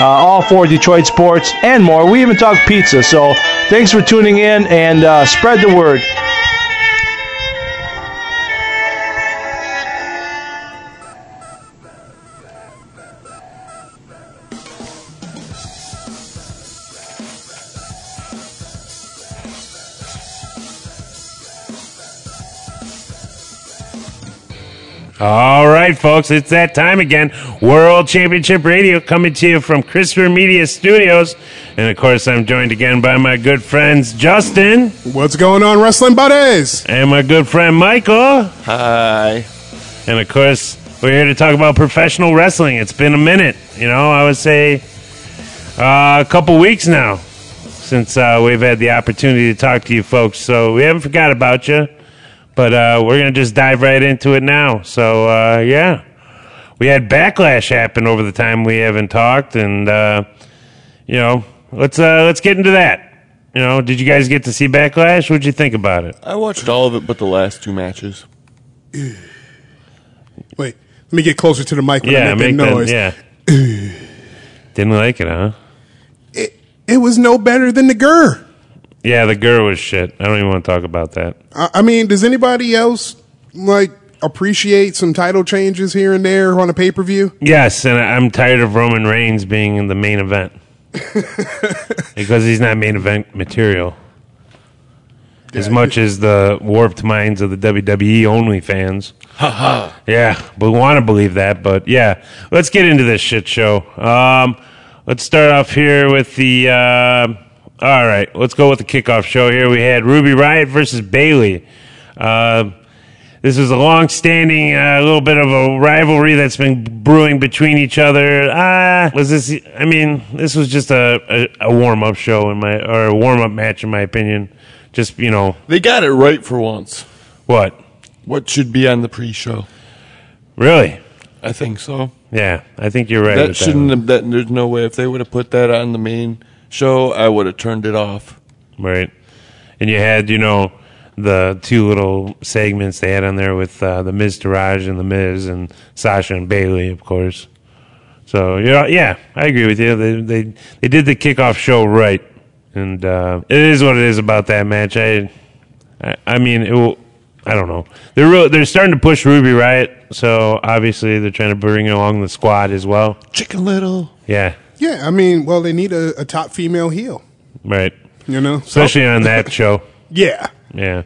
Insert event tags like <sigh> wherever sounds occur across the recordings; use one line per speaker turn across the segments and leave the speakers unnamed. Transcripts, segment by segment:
uh, all four Detroit sports, and more. We even talk pizza. So thanks for tuning in and uh, spread the word.
All right, folks, it's that time again. World Championship Radio coming to you from Christopher Media Studios. And of course, I'm joined again by my good friends Justin
What's going on, wrestling buddies?
and my good friend Michael.
Hi.
And of course, we're here to talk about professional wrestling. It's been a minute, you know, I would say uh, a couple weeks now since uh, we've had the opportunity to talk to you folks. So we haven't forgot about you, but uh, we're going to just dive right into it now. So, uh, yeah, we had backlash happen over the time we haven't talked. And, uh, you know, let's, uh, let's get into that. You know, did you guys get to see Backlash? What'd you think about it?
I watched all of it but the last two matches.
Wait, let me get closer to the mic when
yeah,
I make,
make
that
that,
noise.
yeah. Didn't like it, huh?
It, it was no better than the Gur.
Yeah, the girl was shit. I don't even want to talk about that.
I, I mean, does anybody else like appreciate some title changes here and there on a pay per view?
Yes, and I- I'm tired of Roman Reigns being in the main event because he's not main event material. As much as the warped minds of the WWE only fans. yeah, we want to believe that, but yeah, let's get into this shit show. Um, let's start off here with the. Uh, all right, let's go with the kickoff show here. We had Ruby Riot versus Bailey. Uh, this is a long-standing, uh, little bit of a rivalry that's been brewing between each other. Uh, was this? I mean, this was just a, a, a warm-up show in my or a warm-up match in my opinion. Just you know
They got it right for once.
what?
What should be on the pre-show?
Really?
I think so.
Yeah, I think you're right.
That
with
shouldn't
that
have. That there's no way if they would have put that on the main show, I would have turned it off.
one. right. And you had you know the two little segments they had on there with uh, the Miz Taraj and the Miz and Sasha and Bailey, of course. So yeah, yeah, I agree with you. They they they did the kickoff show right, and uh, it is what it is about that match. I I, I mean, it will, I don't know. They're real, they're starting to push Ruby Riot, so obviously they're trying to bring along the squad as well.
Chicken Little.
Yeah,
Yeah, I mean, well, they need a, a top female heel,
right.
you know, So-
Especially on that show.
yeah,
Yeah.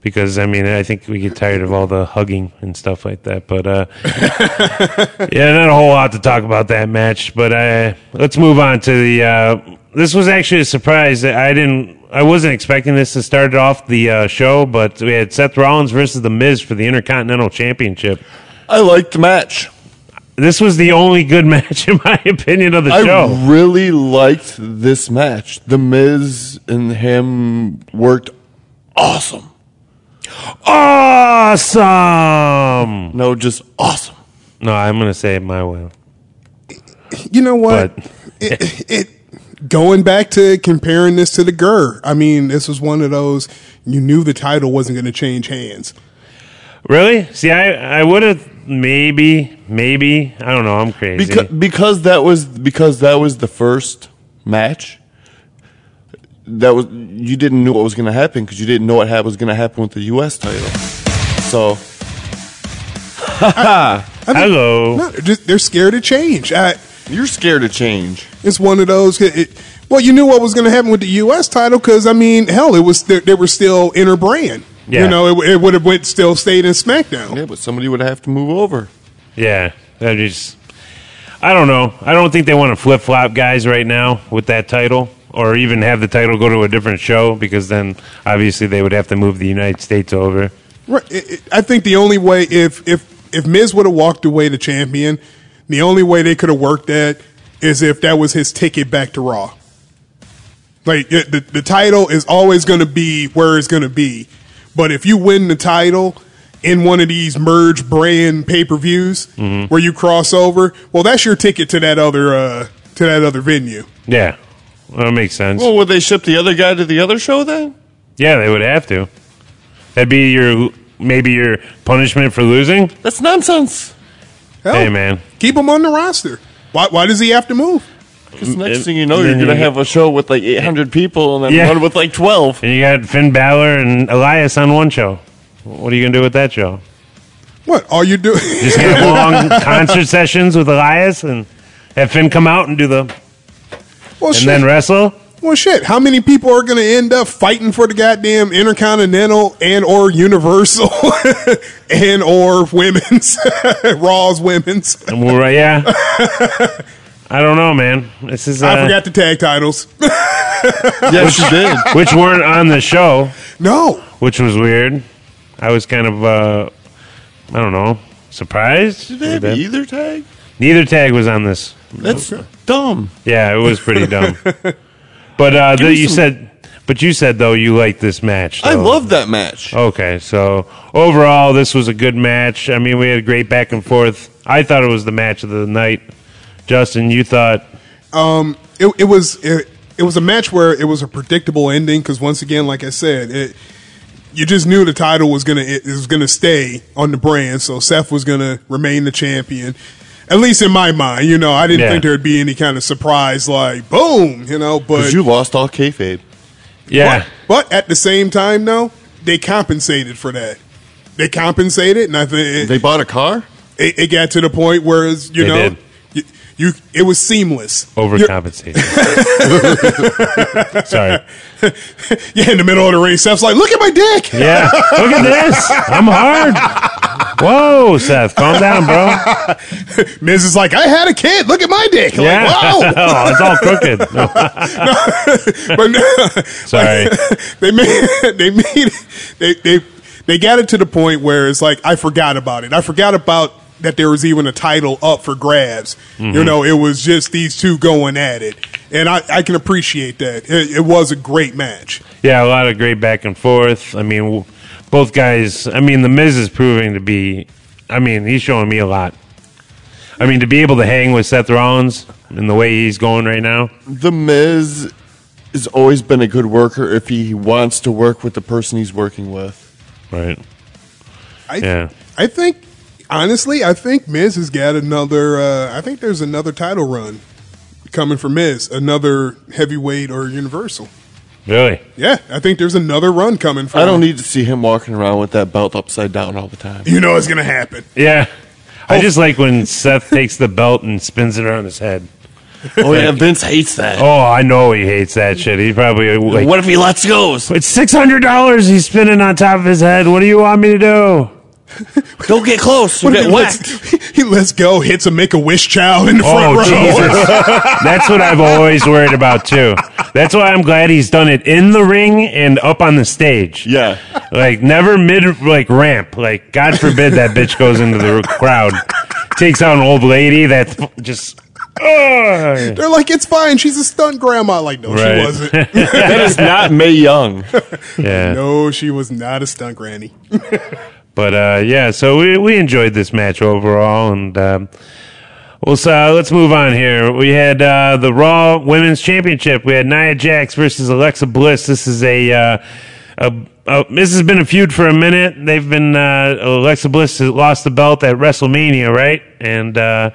Because I mean, I think we get tired of all the hugging and stuff like that. But uh, yeah, not a whole lot to talk about that match. But uh, let's move on to the. Uh, this was actually a surprise that I didn't. I wasn't expecting this to start off the uh, show, but we had Seth Rollins versus The Miz for the Intercontinental Championship.
I liked the match.
This was the only good <laughs> match, in my opinion, of the
I
show.
really liked this match. The Miz and him worked awesome.
Awesome!
No, just awesome.
No, I'm going to say it my way.
you know what?
But-
it, it going back to comparing this to the Gur. I mean, this was one of those you knew the title wasn't going to change hands.
Really? See, I I would have maybe maybe I don't know. I'm crazy.
because because that was because that was the first match. That was you didn't know what was going to happen because you didn't know what hap- was going to happen with the U.S. title. So
Hello.
No, they're, just, they're scared of change. I,
you're scared of change.
It's one of those. It, it- well, you knew what was going to happen with the U.S. title because I mean, hell, it was they, they were still interbrand.
Yeah.
You know, it, it would have went still stayed in SmackDown.
Yeah, but somebody would have to move over.
Yeah. I just I don't know. I don't think they want to flip flop guys right now with that title, or even have the title go to a different show because then obviously they would have to move the United States over.
Right. It, it, I think the only way if if if Miz would have walked away the champion, the only way they could have worked that is if that was his ticket back to Raw. Like it- the, the title is always going to be where it's going to be, but if you win the title in one of these merge brand pay per views
Mm-hmm.
where you cross over, well, that's your ticket to that other uh, to that other venue.
Yeah. Well, that makes sense.
Well, would they ship the other guy to the other show then?
yeah, they would have to. That'd be your maybe your punishment for losing.
That's nonsense.
Hell,
Hey, man.
keep him on the roster. Why, why does he have to move?
Because next
and-
thing Mm, you know,
and
you're
then
going to
you-
have a show with like 800 people and then
Yeah.
one with like 12.
And you got Finn Balor and Elias on one show. What are you gonna do with that show?
What all you <laughs> do?
Just get long concert sessions with Elias and have Finn come out and do the
well,
and then wrestle.
Well, shit. How many people are going to end up fighting for the goddamn intercontinental and or universal <laughs> and or women's <laughs> Raw's women's?
And we'll, yeah. I don't know, man. This is uh,
I forgot the tag titles.
<laughs> Yes, you did.
which weren't on the show,
no,
which was weird. I was kind of uh, I don't know surprised.
Did they have
That-
either tag?
Neither tag was on this.
That's dumb.
Yeah, it was pretty
<laughs>
dumb. But uh, the,
me
you
some-
said, but you said though you liked this match.
I
though.
love that match.
Okay, so overall, this was a good match. I mean, we had a great back and forth. I thought it was the match of the night. Justin, you thought
um, it, it was it, it was a match where it was a predictable ending because once again, like I said, it you just knew the title was gonna it, was gonna stay on the brand, so Seth was gonna remain the champion. At least in my mind, you know, I didn't
Yeah.
think there'd be any kind of surprise like boom, you know. But
Because you lost all kayfabe.
yeah,
But, but at the same time, though, they compensated for that. They compensated, and I think
They
it,
bought a car?
it, it got to the point where, it's, you
They
know,
did. Oh.
you, you it was seamless.
overcompensated. <laughs> Sorry.
Yeah, in the middle of the race, Seth's like, "Look at my dick."
Yeah, look at this. I'm hard. Whoa, Seth, calm down, bro.
Miz is like, "I had a kid. Look at my dick." Like,
Yeah, <laughs>
wow.
Oh, it's all crooked. No.
but <laughs> no,
Sorry.
<laughs> they made they made it, they they they got it to the point where it's like I forgot about it. I forgot about that there was even a title up for grabs.
Mm-hmm.
You know, it was just these two going at it, and I, I can appreciate that. It, it was a great match.
Yeah, a lot of great back and forth. I mean, w- both guys. I mean, the Miz is proving to be. I mean, he's showing me a lot. I mean, to be able to hang with Seth Rollins and the way he's going right now.
The Miz has always been a good worker if he wants to work with the person he's working with.
Right.
I,
Yeah.
I think honestly, I think Miz has got another. Uh, I think there's another title run coming for Miz, another heavyweight or universal.
Really.
Yeah, I think there's another run coming for.
I don't
him.
need to see him walking around with that belt upside down all the time.
You know it's gonna happen.
Yeah. I just like when Seth takes the belt and spins it around his head.
Oh, yeah, Vince hates that.
Oh, I know he hates that shit. He probably like,
What if he lets go?
It's six hundred dollars he's spinning on top of his head. What do you want me to do?
Don't get close. You'll
He
get whacked.
lets, <laughs> he lets go, hits a make a wish child in the front
Oh
row.
Jesus! That's what I've always worried about too. That's why I'm glad he's done it in the ring and up on the stage.
<laughs> Yeah.
like never mid like ramp. Like God forbid that bitch goes into the crowd, takes out an old lady that just. Ugh.
They're like, it's fine. She's a stunt grandma. Like, no,
Right. <laughs>
she wasn't.
That is not May <laughs> Young.
Yeah,
no, she was not a stunt granny.
but uh, yeah. So we we enjoyed this match overall, and um, well, so uh, let's move on here. We had uh, the Raw Women's Championship. We had Nia Jax versus Alexa Bliss. This is a. Uh, a, a, this has been a feud for a minute. They've been uh, Alexa Bliss has lost the belt at WrestleMania, right? And uh,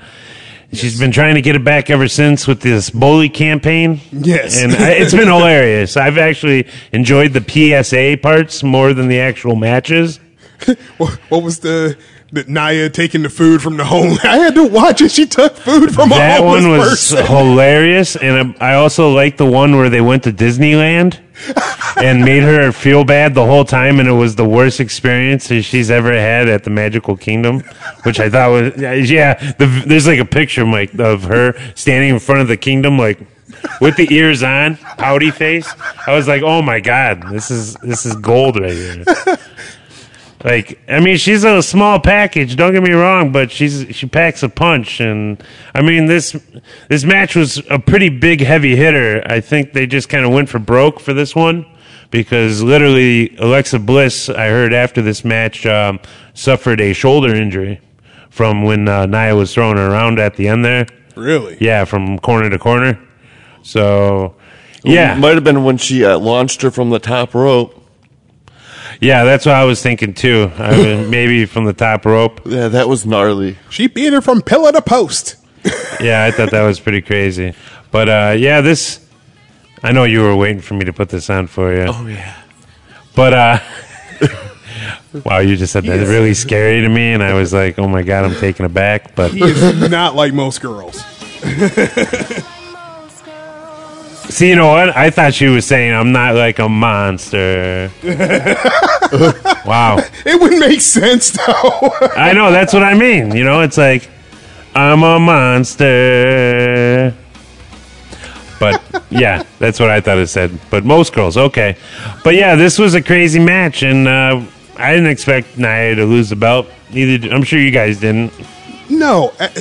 she's been trying to get it back ever since with this bully campaign.
Yes.
and I, it's been hilarious. I've actually enjoyed the PSA parts more than the actual matches.
What, what was the, the Naya taking the food from the home? <laughs> I had to watch it. She took food from a
That
homeless
one was
person.
hilarious, and I I also liked the one where they went to Disneyland and made her feel bad the whole time, and it was the worst experience that she's ever had at the Magical Kingdom, which I thought was yeah, yeah. The, there's like a picture, Mike, of her standing in front of the kingdom, like with the ears on, pouty face. I was like, oh my god, this is this is gold right here. Like, I mean, she's a small package. Don't get me wrong, but she's she packs a punch, and I mean this this match was a pretty big heavy hitter. I think they just kind of went for broke for this one because literally Alexa Bliss, I heard after this match, um, suffered a shoulder injury from when uh, Nia was throwing her around at the end there.
<laughs> Really?
uh, Yeah, from corner to corner. So, yeah,
might have been when she uh, launched her from the top rope.
yeah, that's what I was thinking too. I mean, <laughs> maybe from the top rope.
Yeah, that was gnarly.
She beat her from pillar to post.
yeah, I thought that was pretty crazy. But uh, yeah, this. I know you were waiting for me to put this on for you. Oh yeah. But uh, <laughs> wow, you just said that
Yes.
really scary to me, and I was like, oh my god, I'm taken aback. But
He is not like most girls.
see, you know what? I thought she was saying I'm not like a <laughs> monster. wow.
It would make sense though. <laughs>
I know that's what I mean. You know, it's like I'm a monster. But yeah, that's what I thought it said. But most girls, okay. But yeah, this was a crazy match, and uh, I didn't expect Nia to lose the belt. Neither did, I'm sure you guys didn't.
No, a-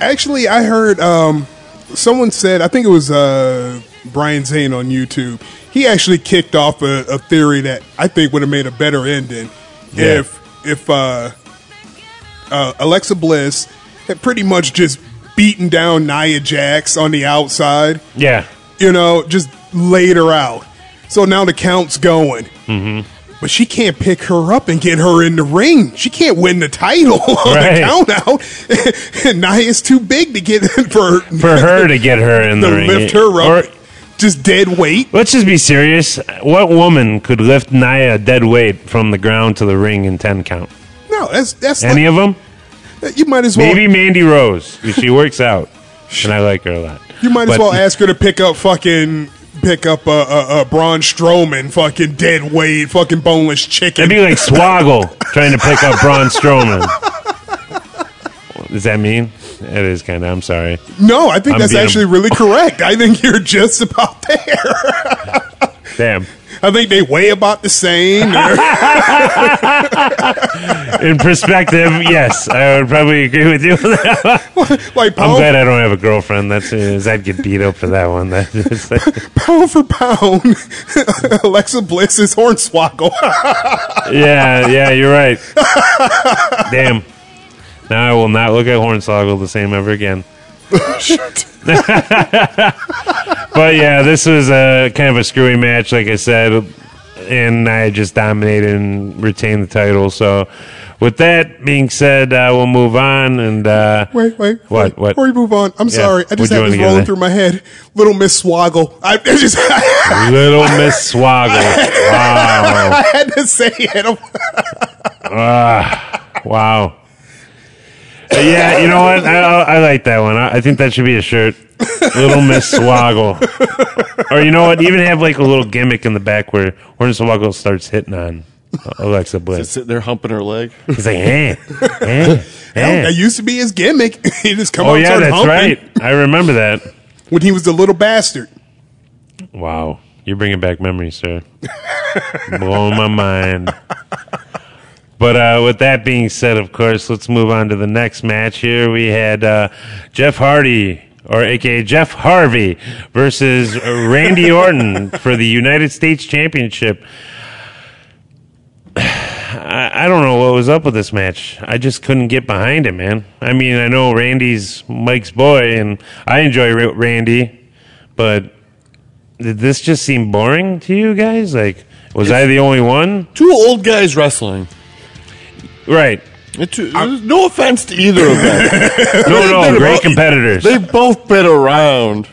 actually, I heard um, someone said. I think it was uh, Brian Zane on YouTube. He actually kicked off a, a theory that I think would have made a better ending
Yeah.
if if uh, uh, Alexa Bliss had pretty much just beaten down Nia Jax on the outside
Yeah,
you know, just laid her out. So now the count's going. Mm-hmm. But she can't pick her up and get her in the ring. She can't win the title <laughs> on
Right.
the count out. <laughs> and Nia's too big to get <laughs> for,
for her to get her in the
<laughs> to
ring,
lift her up.
Or-
just dead weight.
let's just be serious. What woman could lift Nia dead weight from the ground to the ring in ten count?
No, that's that's
Any
like,
of them?
you might as well
Maybe Mandy Rose. 'cause She works out, and I like her a lot.
you might
But-
as well ask her to pick up fucking pick up a, a, a Braun Strowman fucking dead weight fucking boneless chicken.
That'd be like Swoggle trying to pick up Braun Strowman. Does that mean? It is kind of. I'm sorry.
no, I think
I'm
that's
being a-
actually really correct. I think you're just about <laughs> there.
Damn.
I think they weigh about the
<laughs>
same. They're-
In perspective, yes, I would probably agree with you.
like
I'm
pound,
glad I don't have a girlfriend. That's is I'd get beat up for that one. That is like,
pound for pound, <laughs> Alexa Bliss is Hornswoggle. <laughs>
yeah, yeah, you're right. Damn. Now I will not look at Hornswoggle the same ever again. but yeah, this was a kind of a screwy match, like I said, and I just dominated and retained the title. So, with that being said, uh, we'll move on and uh,
wait, wait.
what,
wait,
what?
Before we move on, I'm
Yeah,
sorry. I
what'd
just
you
had
wanna
this
get
rolling
there?
through my head. Little Miss Swoggle. I, I just <laughs> I
Little Miss Swoggle. Wow,
had to say it. I'm-
wow. Uh, Yeah, you know what? I, I I like that one. I, I think that should be a shirt. Little Miss Swoggle. Or you know what? Even have like a little gimmick in the back where Hornswoggle starts hitting on Alexa Bliss.
Sit there humping her <laughs> leg.
He's like, eh, eh, eh.
That used to be his gimmick. <laughs> he just come
Oh
out and
yeah,
start
that's
humping
right. I remember that.
When he was the little bastard.
Wow, you're bringing back memories, sir. <laughs> Blowing my mind. But uh, with that being said, of course, let's move on to the next match. Here we had uh, Jeff Hardy, or aka Jeff Harvey, versus Randy Orton for the United States Championship. I, I don't know what was up with this match. I just couldn't get behind it, man. I mean, I know Randy's Mike's boy, and I enjoy Ra- Randy, but did this just seem boring to you guys? Like, was I the only one?
Two old guys wrestling.
Right.
It- no offense to either of <laughs> them.
No, no,
They're
great
both-
competitors.
They've both been around.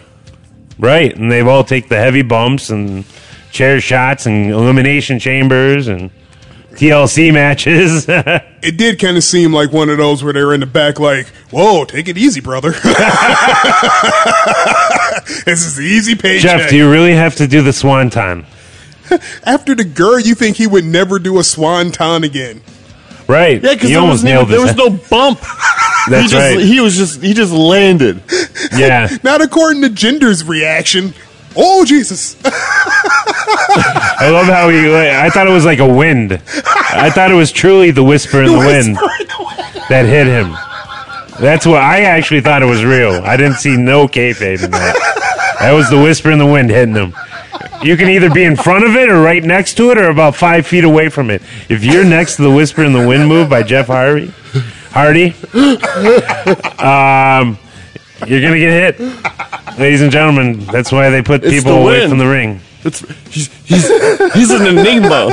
Right, and they've all take the heavy bumps and chair shots and elimination chambers and TLC matches. <laughs>
It did kind of seem like one of those where they were in the back, like, "Whoa, take it easy, brother. <laughs> this is the easy paycheck."
Jeff, do you really have to do the swanton?
After the girl, you think he would never do a swan ton again.
Right.
Yeah, because
you
there,
almost
was no-
nailed
there was
this.
no bump. he
That's
just,
right.
He was just he just landed.
yeah.
<laughs> Not according to gender's reaction. Oh, Jesus.
I love how he. I thought it was like a wind. I thought it was truly the whisper
<laughs>
in the, wind that hit him. That's what I actually thought it was real. I didn't see no kayfabe in that. That was the whisper in the wind hitting him. You can either be in front of it or right next to it or about five feet away from it. If you're next to the whisper in the wind move by Jeff Harvey, Hardy, um, you're gonna get hit. Ladies and gentlemen, that's why they put
It's
people
the
away
wind.
from the ring.
It's, he's, he's, he's an enigma.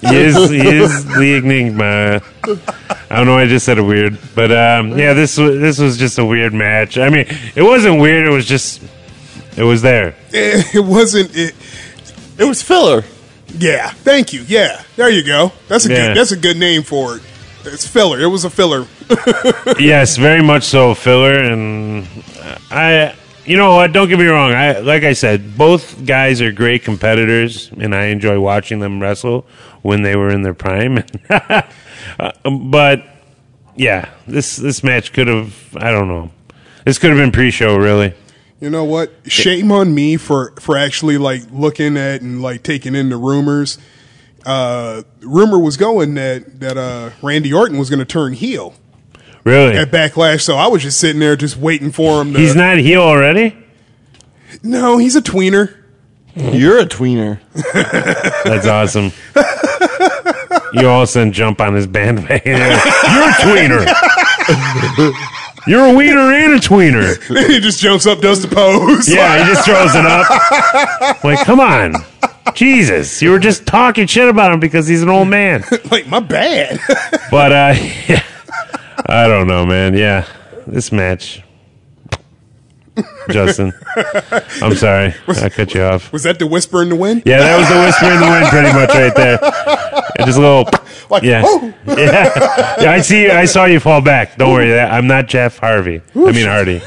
he is, he is the enigma. I don't know. I just said it weird, but um, yeah, this wa- this was just a weird match. I mean, it wasn't weird. It was just it was there.
<laughs> It, it wasn't. It,
It was filler.
yeah. Thank you. Yeah. There you go. That's a
Yeah.
good. That's a good name for it. It's filler. It was a filler.
yes, very much so, filler. And I, you know what? Don't get me wrong. I like I said, both guys are great competitors, and I enjoy watching them wrestle when they were in their prime. <laughs> Uh, but yeah, this this match could have. I don't know. This could have been pre-show, really.
You know what? Shame on me for for actually like looking at and like taking in the rumors. Uh, rumor was going that that uh, Randy Orton was going to turn heel
Really,
at Backlash, so I was just sitting there just waiting for him. To,
He's not heel already.
No, he's a tweener.
You're a tweener.
That's awesome. you all sudden jump on his bandwagon. You're a tweener. You're a wiener and a tweener.
<laughs> he just jumps up, does the pose.
Yeah, he just throws it up. Like, come on. Jesus, you were just talking shit about him because he's an old man.
<laughs> like my bad. <laughs>
But uh, <laughs> I don't know, man. Yeah, this match, Justin. I'm sorry, I cut you off.
was that the whisper in the wind?
Yeah, that was the whisper in the wind, pretty much right there. And Just a little,
Like,
yeah,
oh.
<laughs> yeah. yeah. I see. I saw you fall back. Don't worry. That I'm not Jeff Harvey. I mean
<laughs>
Hardy.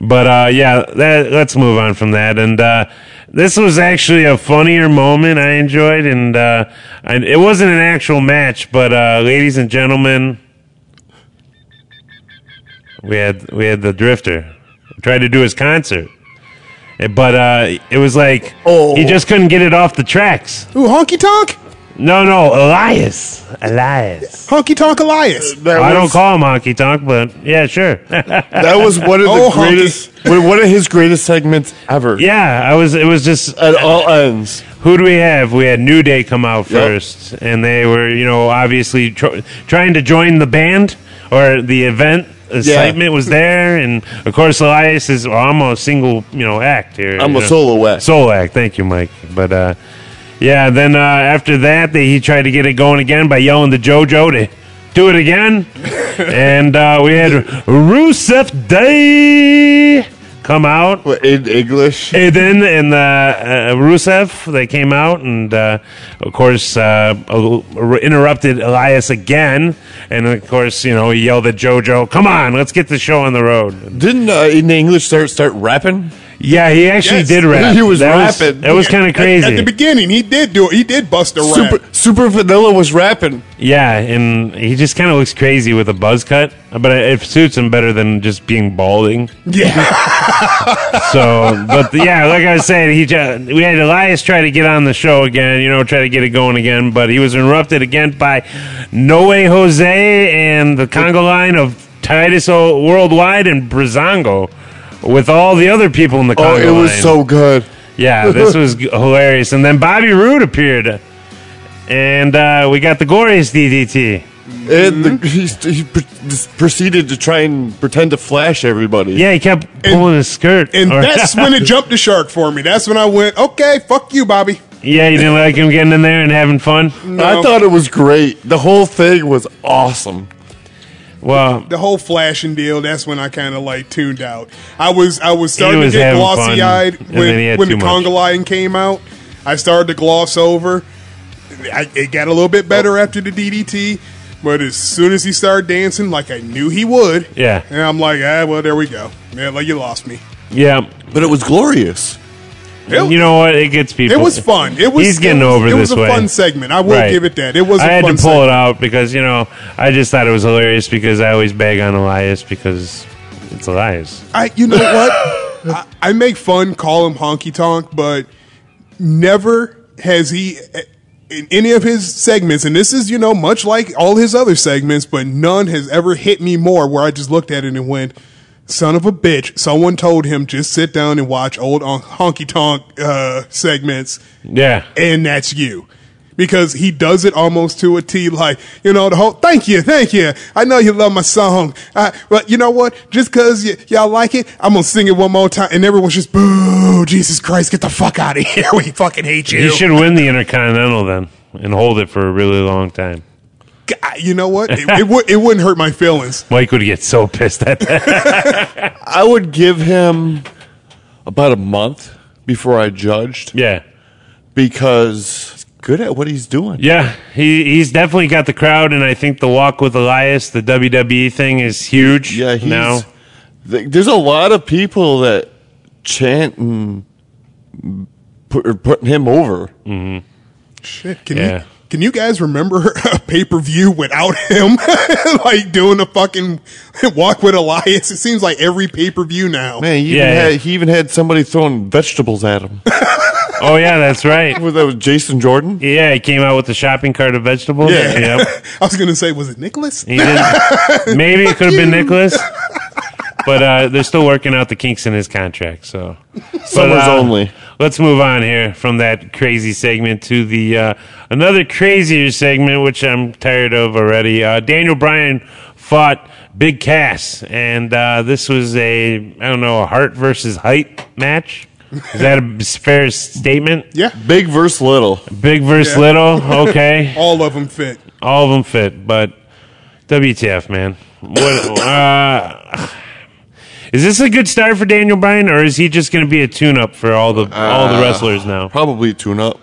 but uh, yeah, that, let's move on from that. And uh, this was actually a funnier moment I enjoyed, and uh, and it wasn't an actual match, but uh, ladies and gentlemen, we had we had the Drifter tried to do his concert. But uh, it was like
Oh.
he just couldn't get it off the tracks.
Ooh, honky tonk,
No, no, Elias. Elias.
honky tonk, Elias.
That
I don't
was-
call him honky tonk, but yeah, sure.
That was one of the
Oh, honky.
greatest, one one of his greatest segments ever.
yeah, I was. It was just uh,
At all ends.
who do we have? We had New Day come out
Yep.
first, and they were, you know, obviously tr- trying to join the band or the event. Excitement was there, and of course, Elias is. Well, I'm a single, you know, act here.
I'm
you
a
know.
solo act.
Solo act. Thank you, Mike. But uh, yeah, then uh, after that, they, he tried to get it going again by yelling to JoJo to do it
<laughs>
again, and uh, we had Rusev Day come out.
What, in English?
Aiden and uh, uh, Rusev, they came out, and uh, of course, uh, el- interrupted Elias again. And of course, you know, he yelled at JoJo, Come on, let's get the show on the road.
Didn't uh, in the English start start rapping?
Yeah, he actually
Yes.
did
<laughs>
rap.
He was
that
rapping.
Was, that was
Yeah,
kind
at-
of crazy.
At, the beginning, he did do it. He did bust a
Super
rap.
Super Vanilla was rapping.
yeah, and he just kind of looks crazy with a buzz cut, but it suits him better than just being balding.
Yeah,
<laughs> So, but yeah, like I was saying, he just, we had Elias try to get on the show again, you know, try to get it going again, but he was interrupted again by Noe Jose and the Congo line of Titus O- Worldwide and Brazongo with all the other people in the
Oh,
Congo
it was
line.
so good.
<laughs> Yeah, this was g- hilarious. And then Bobby Roode appeared, and uh, we got the glorious DDT.
And the, he, he pr- just proceeded to try and pretend to flash everybody.
Yeah, he kept pulling his skirt.
and
or-
that's when it jumped the shark for me. That's when I went, okay, fuck you, Bobby.
<laughs> yeah, you didn't like him getting in there and having fun?
I thought it was great. The whole thing was awesome.
Well,
The whole flashing deal. That's when I kind of like tuned out. I was I was starting
was
to get
having fun,
glossy eyed
and then he
when
had
when the
too much.
conga lion came out. I started to gloss over. I, it got a little bit better
Oh.
after the DDT, but as soon as he started dancing, like I knew he would,
Yeah.
and I'm like, ah, well, there we go, man. Like you lost me.
yeah.
But it was glorious.
It-
you know what? It gets people.
It was fun. It was.
He's getting
it was-
over
it
this
was a
way.
fun segment. I will
Right.
give it that. It was.
I
a
had
fun
to pull it out because you know I just thought it was hilarious because I always bag on Elias because it's Elias.
I, you know what? I, I make fun, call him honky tonk, but never has he in any of his segments, and this is you know much like all his other segments, but none has ever hit me more where I just looked at it and went, "Son of a bitch!" Someone told him just sit down and watch old honky tonk uh, segments
Yeah.
and that's you. Because he does it almost to a T, like, you know, the whole, thank you, thank you. I know you love my song. I, but you know what? Just cause y- y'all like it, I'm gonna sing it one more time. And everyone's just, boo, Jesus Christ, get the fuck out of <laughs> here. We fucking hate you.
He should win the Intercontinental then and hold it for a really long time.
God, you know what? It, it, would, it wouldn't hurt my feelings.
Mike would get so <laughs> pissed at that.
I would give him about a month before I judged
yeah.
because he's good at what he's doing.
Yeah, he he's definitely got the crowd, and I think the walk with Elias, the WWE thing, is huge.
Yeah, he's.
now
th- there's a lot of people that chant and put, are putting him over.
Shit, can
Yeah.
you can you guys remember <laughs> a pay per view without him, <laughs> like doing a fucking <laughs> walk with Elias? It seems like every pay per view now.
Man, he,
Yeah,
even
yeah.
had, he even had somebody throwing vegetables at him.
oh yeah, that's
<laughs>
right.
Well, that was Jason Jordan.
Yeah, he came out with the shopping cart of vegetables.
<laughs>
Yeah.
Yep.
I was gonna say, was it Nicholas?
He
<laughs>
didn't, maybe it could have been Nicholas, but uh, they're still working out the kinks in his contract. So
Summers
uh,
only.
Let's move on here from that crazy segment to the uh, another crazier segment, which I'm tired of already. Uh, Daniel Bryan fought Big Cass, and uh, this was a I don't know a heart versus height match. Is that a fair statement?
Yeah,
Big verse little.
Big versus
Yeah.
little. Okay,
all of them fit.
all of them fit, but WTF, man. What, uh, <sighs> is this a good start for Daniel Bryan, or is he just going to be a tune-up for all the all
Uh.
the wrestlers now?
Probably tune up.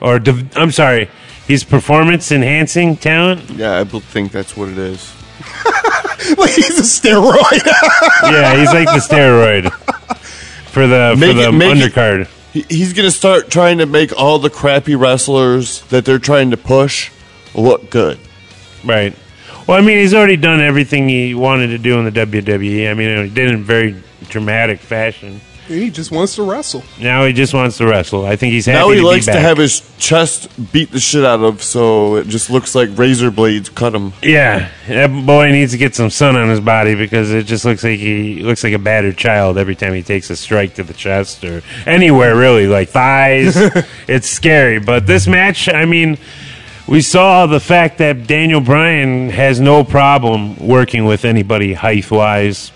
Or div- I'm sorry, he's performance-enhancing talent.
Yeah, I bel- think that's what it is.
<laughs> like he's a steroid.
Yeah, he's
<laughs>
like the steroid for the for
Make
the
it- make it-
undercard.
He, he's going to start trying to make all the crappy wrestlers that they're trying to push look good.
Right. Well, I mean, he's already done everything he wanted to do in the WWE. I mean, he did it in very dramatic fashion.
and he just wants to wrestle.
Now he just wants to wrestle. I think he's happy
now he
to
likes
be
to
back.
have his chest beat the shit out of, so it just looks like razor blades cut him.
Yeah, that boy needs to get some sun on his body because it just looks like he looks like a battered child every time he takes a strike to the chest or anywhere really, like thighs. it's scary. But this match, I mean, we saw the fact that Daniel Bryan has no problem working with anybody height wise.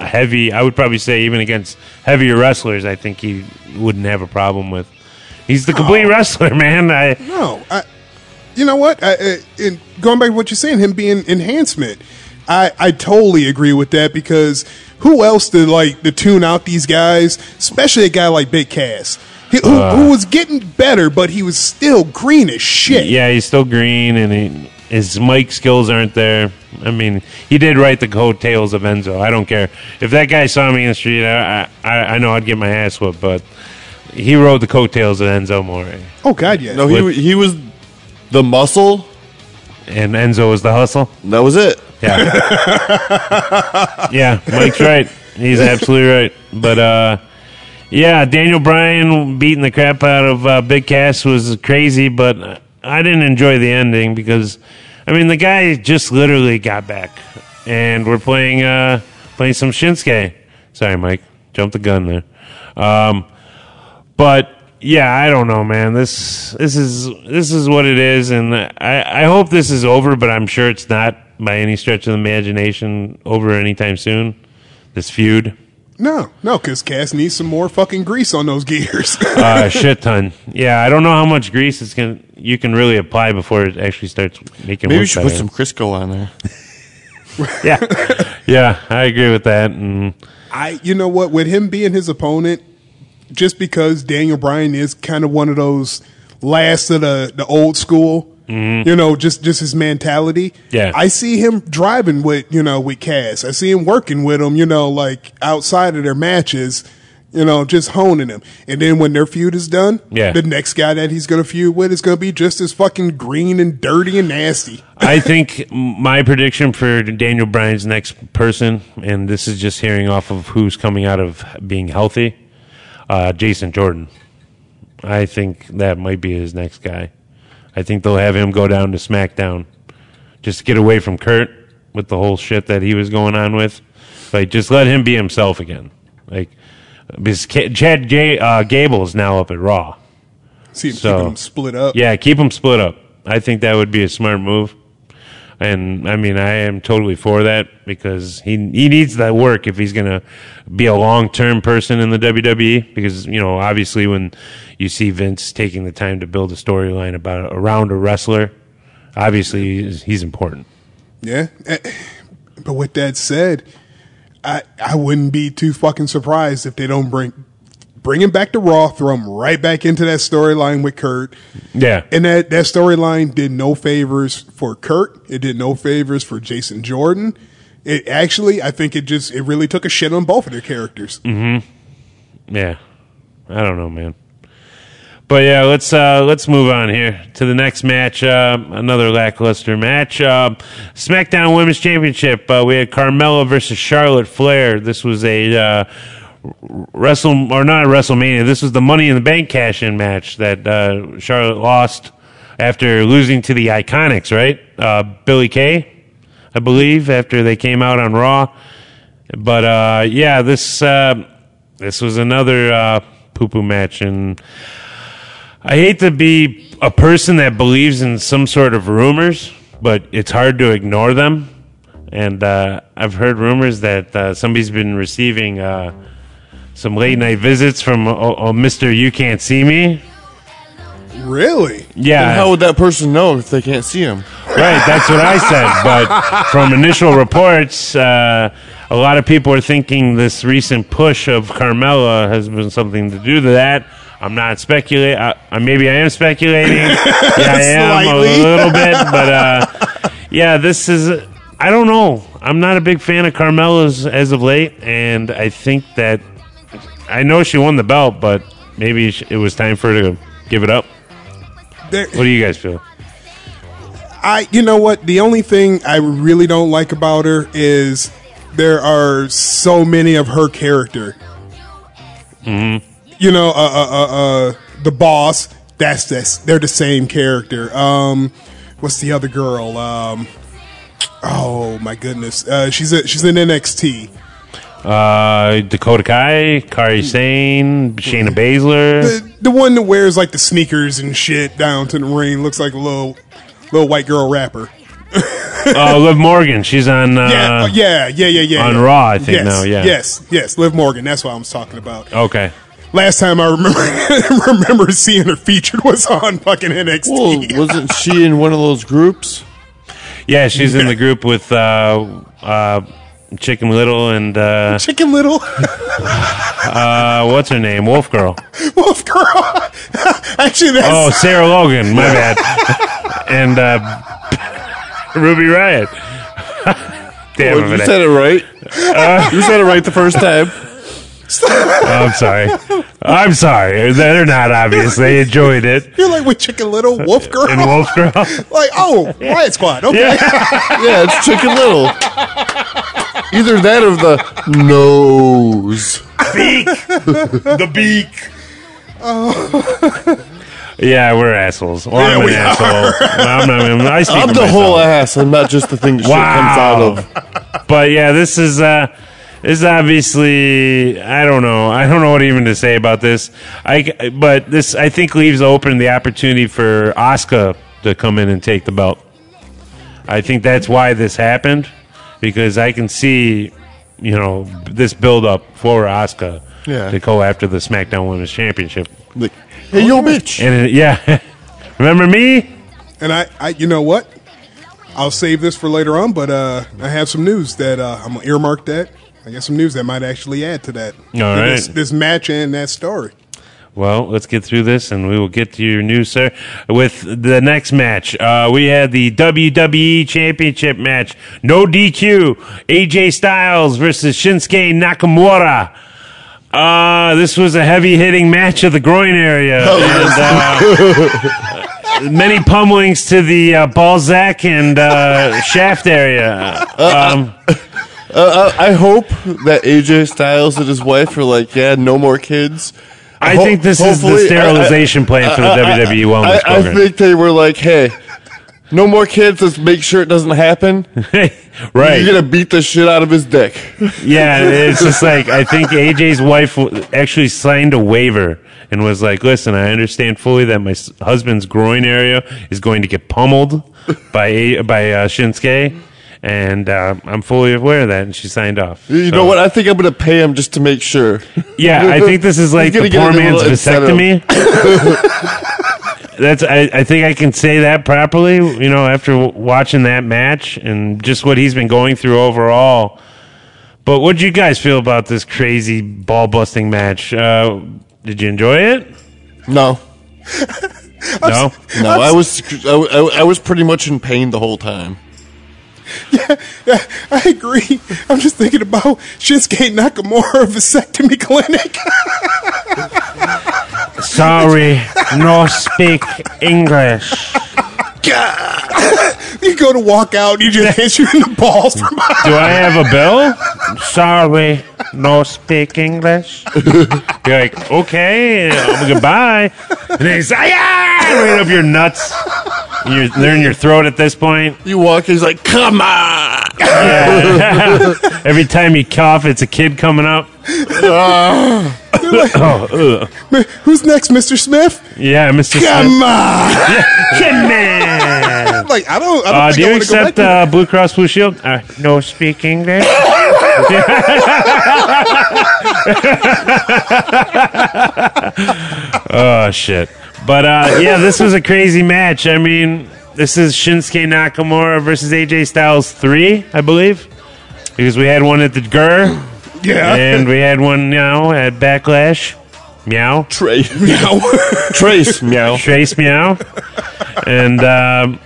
Heavy, I would probably say even against heavier wrestlers, I think he wouldn't have a problem with. He's the complete wrestler, <laughs> man. I
No, I, you know what? I, I, and going back to what you're saying, him being enhancement, I, I totally agree with that because who else to like to tune out these guys, especially a guy like Big Cass, he, who, who was getting better, but he was still green as shit.
Yeah, he's still green, and he, his mic skills aren't there. I mean, he did write the coattails of Enzo. I don't care if that guy saw me in the street. I I, I know I'd get my ass whipped, but he rode the coattails of Enzo more,
Oh God, yeah.
No, he, wa-
With-
he was the muscle.
and Enzo was the hustle.
That was it.
Yeah, yeah, Mike's right. He's absolutely right. But uh, yeah, Daniel Bryan beating the crap out of uh, Big Cass was crazy, but I didn't enjoy the ending because, I mean, the guy just literally got back, and we're playing uh, playing some Shinsuke. Sorry, Mike, jumped the gun there. Um, but yeah, I don't know, man. This this is this is what it is, and I I hope this is over, but I'm sure it's not by any stretch of the imagination over anytime soon. This feud,
no, no, because Cass needs some more fucking grease on those gears.
uh, shit ton. <laughs> Yeah, I don't know how much grease it's gonna you can really apply before it actually starts making.
Maybe
work
you should put
better. Uh,
some Crisco on there. <laughs>
Yeah, yeah, I agree with that. And
I, you know what, with him being his opponent, just because Daniel Bryan is kind of one of those last of the, the old school, you know, just just his mentality.
Mm-hmm. Yeah.
I see him driving with you know with Cass. I see him working with him, you know, like outside of their matches. You know, just honing him, and then when their feud is done,
Yeah.
the next guy that he's gonna feud with is gonna be just as fucking green and dirty and nasty.
I think my prediction for Daniel Bryan's next person, and this is just hearing off of who's coming out of being healthy, uh, Jason Jordan. I think that might be his next guy. I think they'll have him go down to SmackDown just to get away from Kurt with the whole shit that he was going on with. Like, just let him be himself again. Like, because Ca- Chad Ga- uh, Gable is now up at Raw.
See him
So-
keeping them split up.
Yeah, keep them split up. I think that would be a smart move. And I mean, I am totally for that because he he needs that work if he's going to be a long term person in the WWE. Because you know, obviously, when you see Vince taking the time to build a storyline about around a wrestler, obviously he's, he's important.
Yeah. Eh, But with that said, I I wouldn't be too fucking surprised if they don't bring bring him back to Raw, throw him right back into that storyline with Kurt.
Yeah,
And that, that storyline did no favors for Kurt. It did no favors for Jason Jordan. It actually, I think it just, it really took a shit on both of their characters.
yeah. I don't know, man. But yeah, let's uh, let's move on here to the next match. Uh, another lackluster match. Uh, SmackDown Women's Championship. Uh, we had Carmella versus Charlotte Flair. This was a uh, Wrestle or not WrestleMania. This was the Money in the Bank cash in match that uh, Charlotte lost after losing to the Iconics, right? Uh, Billy Kay, I believe, after they came out on Raw. But uh, yeah, this uh, this was another uh, poo poo match and. I hate to be a person that believes in some sort of rumors, but it's hard to ignore them. And uh, I've heard rumors that uh, somebody's been receiving uh, some late night visits from oh, oh, Mister You Can't See Me.
Really?
And how
Yeah,
would that person know if they can't see him?
right. That's what I said. But from initial reports, uh, a lot of people are thinking this recent push of Carmella has been something to do to that. I'm not speculating. Uh, maybe I am speculating. yeah, I am a
Slightly.
little bit, but uh, yeah, this is. I don't know. I'm not a big fan of Carmella's as of late, and I think that I know she won the belt, but maybe sh- it was time for her to give it up.
There-
What do you guys feel?
I, you know what? The only thing I really don't like about her is there are so many of her character. You know, uh, uh, uh, uh, the boss. That's this. They're the same character. Um, what's the other girl? Um, oh my goodness, uh, she's a, she's in NXT.
Uh, Dakota Kai, Kari Sane, Shayna Baszler.
<laughs> The, the one that wears like the sneakers and shit down to the ring looks like a little little white girl rapper.
Oh, Liv Morgan. She's on. Uh,
Yeah, uh, yeah, yeah, yeah, yeah.
on
yeah.
Raw, I think
yes,
now, yeah.
Yes, yes. Liv Morgan. That's what I was talking about.
Okay.
Last time I remember <laughs> remember seeing her featured was on fucking NXT.
<laughs>
Well, wasn't she in one of those groups?
Yeah, she's in the group with uh, uh, Chicken Little and uh,
Chicken Little <laughs>
uh, what's her name? Wolf Girl.
Wolf Girl. <laughs> Actually,
Oh,
that's
Sarah Logan. My bad. and uh, Ruby Riot. Damn
Well, you
it.
said it right.
Uh.
you said it right the first time.
Oh, I'm sorry. I'm sorry. They're not obvious. They enjoyed it.
you're like with Chicken Little, Wolf Girl,
And Wolf Girl.
<laughs> like oh, Riot Squad. Okay,
Yeah, it's Chicken Little. Either that or the nose.
the beak. Oh. <laughs> yeah, we're assholes. Well, I'm
Yeah,
an
we
asshole. I'm not, I'm, I speak
I'm
to
the
myself.
whole ass. I'm not just the thing that
Wow.
shit comes out of.
But yeah, this is uh, this is obviously I don't know. I don't know what even to say about this. I but this I think leaves open the opportunity for Oscar to come in and take the belt. I think that's why this happened because I can see you know this build up for Oscar
Yeah.
to go after the SmackDown Women's Championship.
Like, hey, yo, bitch.
And it, yeah, <laughs> remember me?
and I, I, you know what? I'll save this for later on, but uh, I have some news that uh, I'm gonna earmark that. I got some news that might actually add to that.
All
To this,
right.
this match and that story.
Well, let's get through this, and we will get to your news, sir. With the next match, uh, we had the WWE Championship match, no DQ, AJ Styles versus Shinsuke Nakamura. Uh, this was a heavy hitting match of the groin area.
<laughs>
And, uh, many pummelings to the uh, Balzac and uh, shaft area. Um,
Uh, uh, I hope that AJ Styles and his wife are like, yeah, no more kids.
I
Ho-
think this is the
hopefully-
sterilization plan for the WWE wellness
I, I
program.
think they were like, hey, no more kids. Let's make sure it doesn't happen.
<laughs> right.
You're gonna beat the shit out of his dick. <laughs>
yeah, it's just like I think AJ's wife w- actually signed a waiver and was like, "Listen, I understand fully that my s- husband's groin area is going to get pummeled <laughs> by A- by uh, Shinsuke, and uh, I'm fully aware of that." And she signed off.
You
So-
know what? I think I'm gonna pay him just to make sure.
Yeah, I think this is like
He's
the poor
gonna get into a
man's
little incentive.
vasectomy. <laughs> That's I, I think I can say that properly. You know, after w- watching that match and just what he's been going through overall. But what would you guys feel about this crazy ball busting match? Uh, did you enjoy it?
No,
No.
no, I was I, I- I was pretty much in pain the whole time.
Yeah, <laughs> I agree. I'm just thinking about Shinsuke Nakamura vasectomy clinic. <laughs>
Sorry, no speak English.
you go to walk out, you just <laughs> hit you in the balls from
Do I have a bill? Sorry, no speak English. You're like, okay, uh, goodbye. And then he's like, "Ah!" right up your nuts. You're, they're in your throat at this point.
You walk, he's like, "Come on!"
Every time you cough, it's a kid coming up. oh, ugh.
Who's next, Mr. Smith?
yeah, Mr. Smith.
Come on. <laughs>
Come on.
I'm like, I don't, I don't
Uh,
think
do
I
you
want to go back
accept
to
uh, Blue Cross Blue Shield? Uh, no speak
<laughs>
English. <laughs> oh shit! But uh, yeah, this was a crazy match. I mean, this is Shinsuke Nakamura versus AJ Styles three, I believe, because we had one at the GER
Yeah.
and we had one you know at Backlash. Meow.
Trace, <laughs>
Now-
trace, meow.
Trace Meow. and um,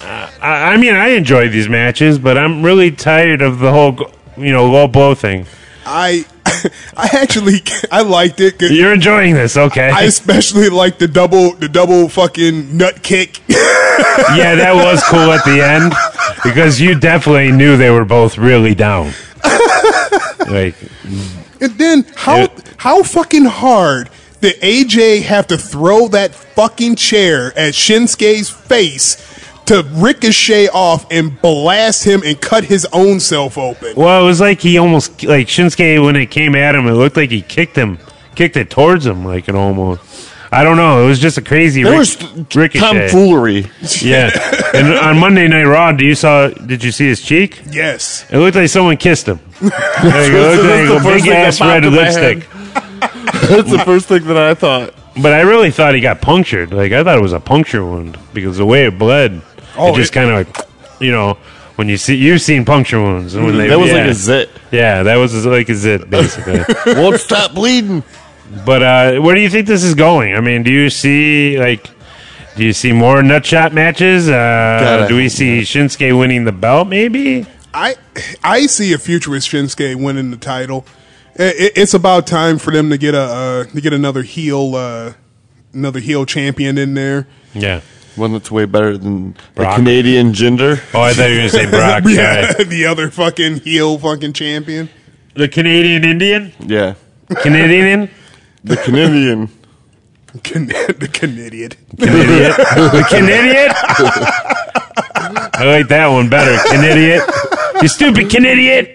I, I mean, I enjoy these matches, but I'm really tired of the whole you know low blow thing.
<laughs> I, I actually, <laughs> I liked it. 'cause
You're enjoying this, okay?
I especially liked the double, the double fucking nut kick. <laughs>
yeah, that was cool at the end because you definitely knew they were both really down. like,
And then how
Yeah.
how fucking hard did AJ have to throw that fucking chair at Shinsuke's face to ricochet off and blast him and cut his own self open?
well, it was like he almost like Shinsuke when it came at him. It looked like he kicked him, kicked it towards him, like it almost. I don't know. It was just a crazy.
There
ric-
was
ricochet.
tomfoolery.
Yeah. And on Monday Night Raw, do you saw? Did you see his cheek?
Yes.
It looked like someone kissed him. Like, it looked
<laughs> That's the
like a
first
big
thing that
ass
popped
red
in my head.
lipstick.
<laughs> That's the first thing that I thought.
But I really thought he got punctured. Like I thought it was a puncture wound because the way it bled,
Oh,
it just
it-
kind of, like, you know, when you see you've seen puncture wounds. And when they,
That was
yeah,
like a zit.
Yeah, that was as- like a zit basically.
<laughs> Won't stop bleeding.
but uh, where do you think this is going? I mean, do you see like? Do you see more nutshot matches? Uh,
I
do we
hope
see Shinsuke winning the belt? Maybe.
I I see a future with Shinsuke winning the title. I- I- it's about time for them to get a uh, to get another heel uh, another heel champion in there.
Yeah.
One that's way better than
Brock.
the Canadian gender.
Oh, I thought you were gonna say Brock.
<laughs> yeah,
sorry.
the other fucking heel fucking champion.
The Canadian Indian.
Yeah,
Canadian.
the Canadian.
Can- <laughs> the Canadian.
Canadian. <laughs> the Canadian. I like that one better. Canadian. You stupid Canadian.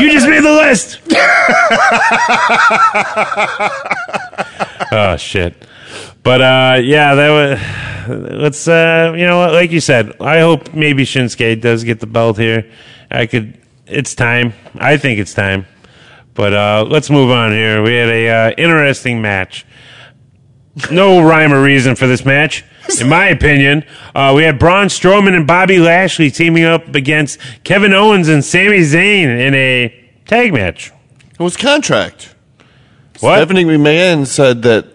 You just made the list. <laughs> oh shit. But uh, yeah, that was. Let's uh, you know, what, like you said, I hope maybe Shinsuke does get the belt here. I could. It's time. I think it's time. But uh, let's move on here. We had a uh, interesting match. No rhyme or reason for this match, in my opinion. Uh, we had Braun Strowman and Bobby Lashley teaming up against Kevin Owens and Sami Zayn in a tag match.
It was contract.
What?
Stephanie McMahon said that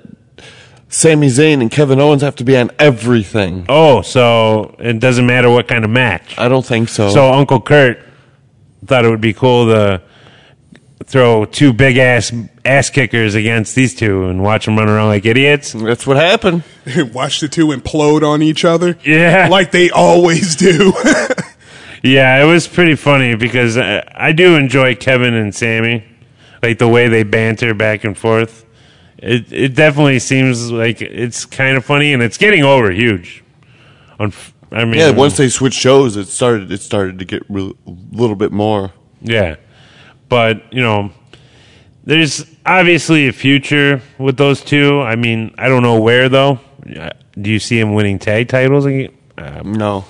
Sami Zayn and Kevin Owens have to be on everything.
Oh, so it doesn't matter what kind of match.
I don't think so.
So Uncle Kurt thought it would be cool to throw two big ass ass kickers against these two and watch them run around like idiots.
that's what happened.
<laughs> Watch the two implode on each other.
Yeah.
Like they always do. <laughs>
Yeah, it was pretty funny because I, I do enjoy Kevin and Sammy, like the way they banter back and forth. It it definitely seems like it's kind of funny, and it's getting over huge. Unf- I mean,
Yeah, once they switched shows, it started. It started to get real- a little bit more.
Yeah. But, you know, there's obviously a future with those two. I mean, I don't know where, though. Uh, Do you see him winning tag titles? again? Uh,
No,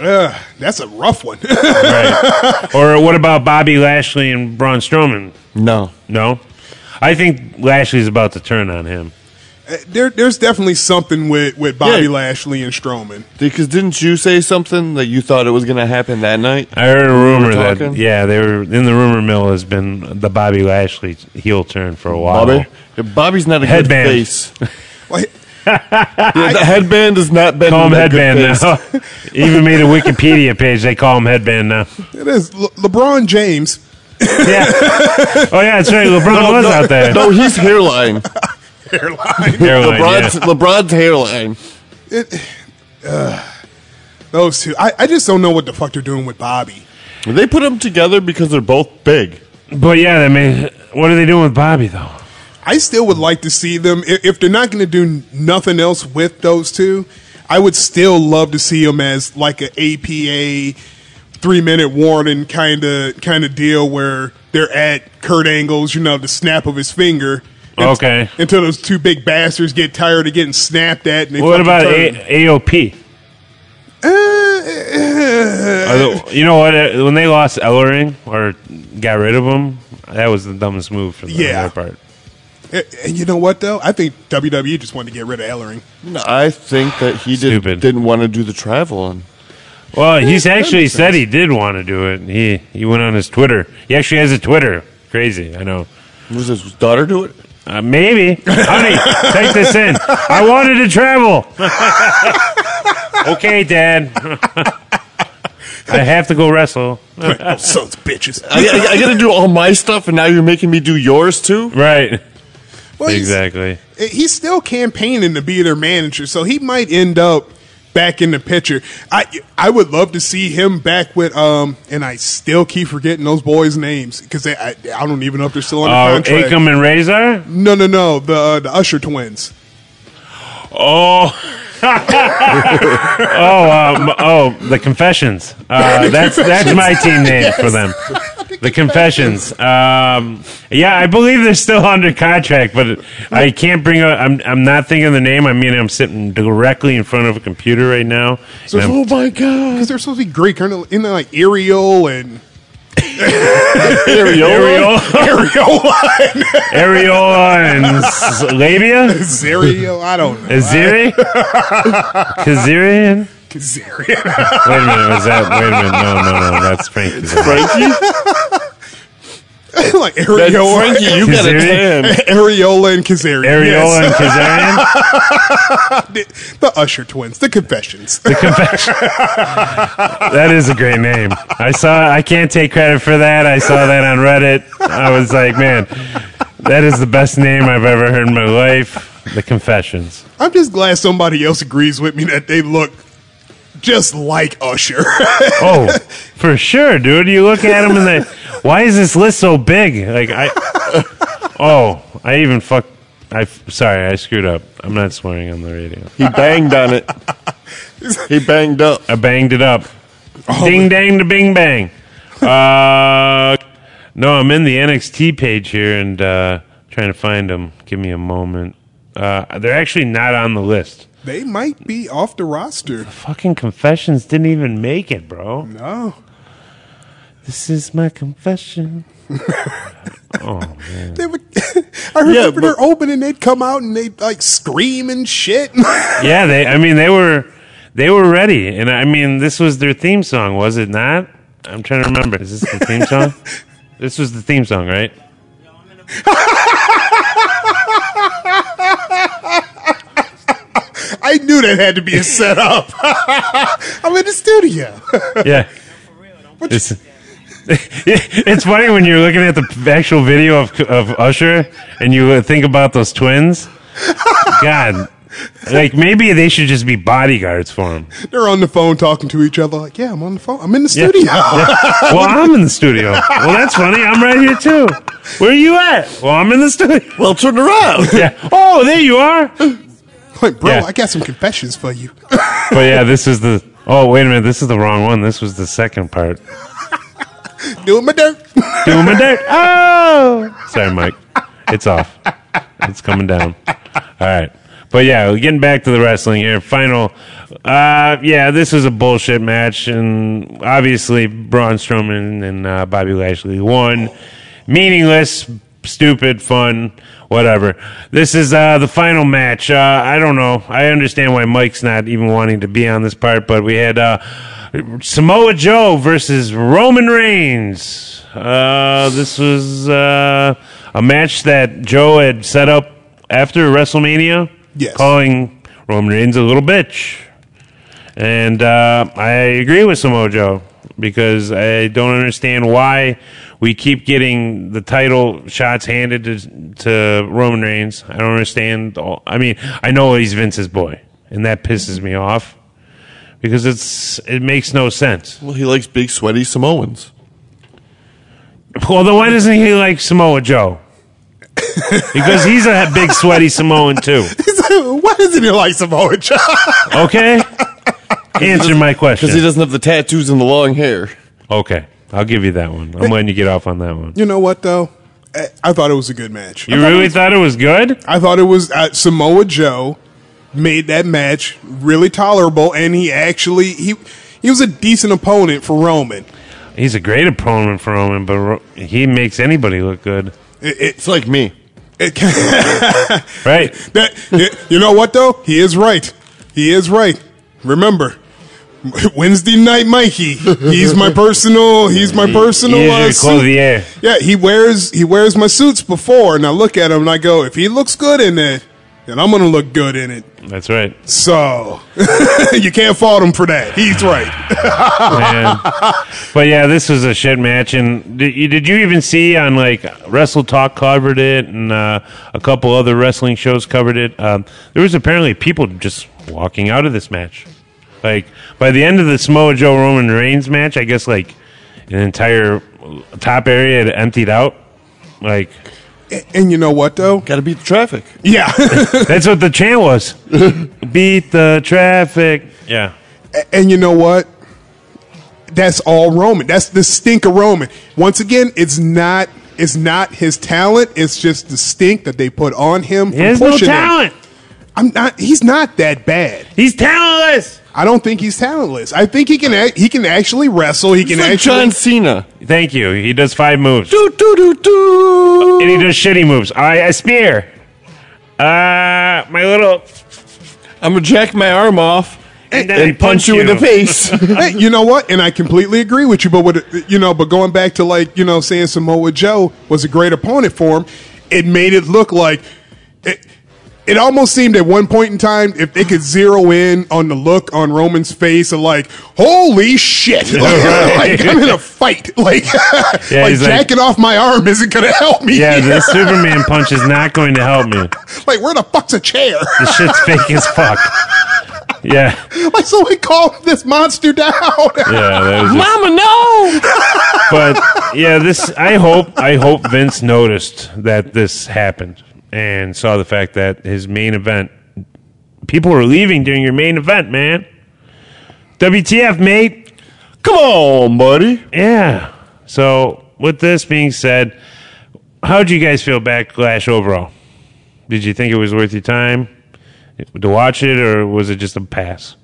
Ugh, that's a rough one. <laughs>
right. or what about Bobby Lashley and Braun Strowman?
no.
No? I think Lashley's about to turn on him.
there, there's definitely something with, with Bobby
Yeah.
Lashley and Strowman.
Because didn't you say something that you thought it was going to happen that night?
I heard a rumor that,
talking?
yeah, they were in the rumor mill has been the Bobby Lashley heel turn for a while.
Bobby, Bobby's not a
Headband. <laughs>
good face.
Like,
Yeah, the headband is not been.
Call him
that good
headband <laughs> Oh,
face.
now. Even made a Wikipedia page. They call him headband
<laughs>
now.
it is Le- LeBron James.
Yeah. Oh yeah, that's right. LeBron was
no,
out <laughs> there.
No, he's hairline.
Hairline.
Caroline,
LeBron's,
Oh, yeah.
LeBron's hairline.
<laughs> Those two. I, I just don't know what the fuck they're doing with Bobby.
They put them together because they're both big.
But yeah, I mean, what are they doing with Bobby though?
I still would like to see them. i- If they're not going to do nothing else with those two, I would still love to see them as like an APA three minute warning kind of kind of deal where they're at Kurt Angle's, you know, the snap of his finger. Unt-
Okay.
Until those two big bastards get tired of getting snapped at. And they
What
fucking
about
turn.
a- AOP?
Uh,
Are the- you know what? uh, When they lost Ellering or got rid of him, that was the dumbest move for the
Yeah.
their part.
uh, and <laughs> you know what though? I think WWE just wanted to get rid
<laughs>
of Ellering.
No, I think that he did,
Stupid.
didn't want to do the traveling.
Well, he's actually said he did want to do it. He he went on his Twitter. He actually has a Twitter. Crazy, I know.
Was his daughter do it?
Uh, maybe, honey, take this in. I wanted to travel. <laughs> okay, Dad. <laughs> I have to go wrestle.
Sons of bitches.
Oh,
I, I, I got to do all my stuff, and now you're making me do yours too.
Right.
Well, he's-
Exactly.
Eh, he's still campaigning to be their manager, so he might end up back in the picture. I I would love to see him back with um, and I still keep forgetting those boys' names because I I don't even know if they're still on the
Uh,
contract.
Akam and Razor?
No, no, no, the uh, the Usher twins.
<laughs> Oh. oh, um, oh, the Confessions. <laughs> Uh, that's that's my team name for them. <laughs> The Confessions. Um, yeah, I believe they're still under contract, but I can't bring. i am I'm I'm not thinking of the name. I mean, I'm sitting directly in front of a computer right now. and I'm-
Oh my god!
Because they're supposed to be Greek, aren't they? Isn't they like Ariel and
<laughs> Areola,
<laughs> Ariola and
Areola and S- Labia,
Azario? I don't
<laughs>
know.
Aziri, Kazarian.
Kazarian. <laughs>
Wait a minute, was that? Wait a minute, no, no, no, that's Frankie.
Frankie,
like
That
Ariola,
Frankie, you got a
Kazarian?
tan.
<laughs> Ariola and Kazarian.
Areola
Yes.
and Kazarian.
<laughs> The, the Usher twins, the confessions. <laughs>
That is a great name. I saw. I can't take credit for that. I saw that on Reddit. I was like, man, that is the best name I've ever heard in my life. The Confessions.
I'm just glad somebody else agrees with me that they look just like Usher.
Oh, for sure, dude. You look at them and they. Why is this list so big? Like I. Oh, I even fuck. I sorry, I screwed up. I'm not swearing on the radio.
He banged on <laughs> it. He banged up.
I banged it up. Ding dang to bing bang. Uh, no, I'm in the NXT page here and uh, trying to find them. Give me a moment. Uh, they're actually not on the list.
they might be off the roster.
Fucking confessions didn't even make it, bro.
No.
This is my confession.
They would, <laughs> I remember
but-
their opening, they'd come out and they'd like scream and shit.
Yeah, they. I mean, they were they were ready, and I mean, this was their theme song, was it not? I'm trying to remember. Is this the theme song? this was the theme song, right?
<laughs> I knew that had to be a setup. I'm in the studio. <laughs>
yeah. It's, <laughs> it's funny when you're looking at the actual video of, of Usher and you think about those twins. God, Like maybe they should just be bodyguards for him.
They're on the phone talking to each other. Like, yeah, I'm on the phone. I'm in the
Yeah.
studio.
Yeah.
<laughs>
Well, I'm in the studio. Well, that's funny. I'm right here too. Where you at? Well, I'm in the studio.
Well, turn around.
Yeah. Oh, there you are.
like, bro,
Yeah.
I got some confessions for you. <laughs>
But yeah, this is the. Oh, wait a minute. This is the wrong one. This was the second part.
Doing my dirt. <laughs>
Doing my <laughs> dirt. Oh, sorry, Mike. It's off. It's coming down. All right. But yeah, getting back to the wrestling here. Final. Uh, yeah, this is a bullshit match, and obviously Braun Strowman and uh, Bobby Lashley won. Meaningless, stupid, fun, whatever. This is uh, the final match. Uh, I don't know. I understand why Mike's not even wanting to be on this part, but we had uh, Samoa Joe versus Roman Reigns. Uh, this was uh, a match that Joe had set up after WrestleMania,
Yes.
calling Roman Reigns a little bitch. And uh, I agree with Samoa Joe because I don't understand why we keep getting the title shots handed to, to Roman Reigns. I don't understand. All, I mean, I know he's Vince's boy, and that pisses me off because it's it makes no sense.
<laughs> Well, he likes big, sweaty Samoans.
Although, why doesn't he like Samoa Joe? Because he's a big sweaty Samoan too.
Why isn't he like Samoa Joe?
Okay, answer my
Because he
question.
doesn't have the tattoos and the long hair.
Okay, I'll give you that one. I'm letting you get off on that one.
You know what though? I, I thought it was a good match.
You really thought it was good?
I thought it was uh, Samoa Joe made that match really tolerable, and he actually he he was a decent opponent for Roman.
He's a great opponent for Roman, but Ro- he makes anybody look good.
It,
It's like me.
it, <laughs> it
Right?
That y- you know what though? He is right. He is right. Remember, Wednesday night, Mikey. He's my personal. He's my personal.
He's
uh,
your
suit.
clothier.
Yeah, he wears he wears my suits before, and I look at him and I go, if he looks good in it, then I'm gonna look good in it.
That's <laughs> right.
So <laughs> you can't fault him for that. He's right.
Man. but yeah, this was a shit match. And did you, did you even see on like Wrestle Talk covered it, and uh, a couple other wrestling shows covered it? Um, there was apparently people just walking out of this match. Like by the end of the Samoa Joe Roman Reigns match, I guess like an entire top area had emptied out. Like
And you know what though?
Got to beat the traffic.
Yeah.
That's what the chant
<laughs>
was. Beat the traffic. Yeah.
And you know what? That's all Roman. That's the stink of Roman. Once again, it's not it's not his talent. It's just the stink that they put on him.
He has no
pushing him.
talent.
I'm not. He's not that bad.
He's talentless.
I don't think he's talentless. I think he can. act- He can actually wrestle. He
It's
can
like
actually.
John Cena.
Thank you. He does five moves.
Do, do, do, do.
And he does shitty moves. I, I spear. Uh, my little.
I'm going to jack my arm off
And
and,
then I
punch, you, in the <laughs> face.
Hey, you know what? And I completely agree with you. But what you know, but going back to like you know saying Samoa Joe was a great opponent for him, it made it look like it. It almost seemed at one point in time if they could zero in on the look on Roman's face of like,
<laughs>
holy shit, <laughs> like, I'm in a fight. Like,
Yeah,
like
he's like-
jacking off my arm isn't going to help me.
<laughs> Yeah,
<laughs>
here. <laughs>
the Superman punch is not going to help me.
like where the fuck's a chair? <laughs>
The shit's fake as fuck. Yeah.
like so we calm this monster down.
Yeah. That was just-
Mama, no.
<laughs> but yeah, this I hope I hope Vince noticed that this happened and saw the fact that his main event people were leaving during your main event, man. WTF, mate?
Come on, buddy.
Yeah. So with this being said, how'd you guys feel backlash overall? Did you think it was worth your time to watch it, or was it just a pass?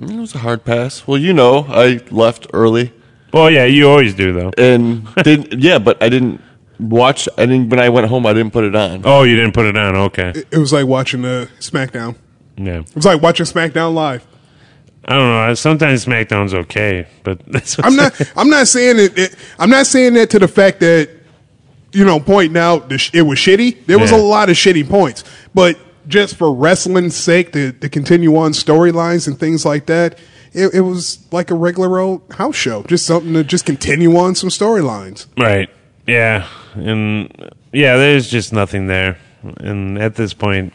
It was a hard pass. Well, you know, I left early.
Well, yeah, you always do though.
<laughs> and didn't yeah but i didn't watch i didn't when i went home i didn't put it on
Oh, you didn't put it on. Okay.
<laughs> It was like watching uh, SmackDown.
Yeah.
It was like watching SmackDown live.
I don't know. Sometimes SmackDown's okay, but <laughs> this was
I'm not. I'm not saying it, it. I'm not saying that to the fact that you know pointing out the sh- it was shitty. There was
Yeah.
a lot of shitty points, but just for wrestling's sake, to, to continue on storylines and things like that, it, it was like a regular old house show. Just something to just continue on some storylines.
Right. Yeah. And yeah, there's just nothing there. And at this point,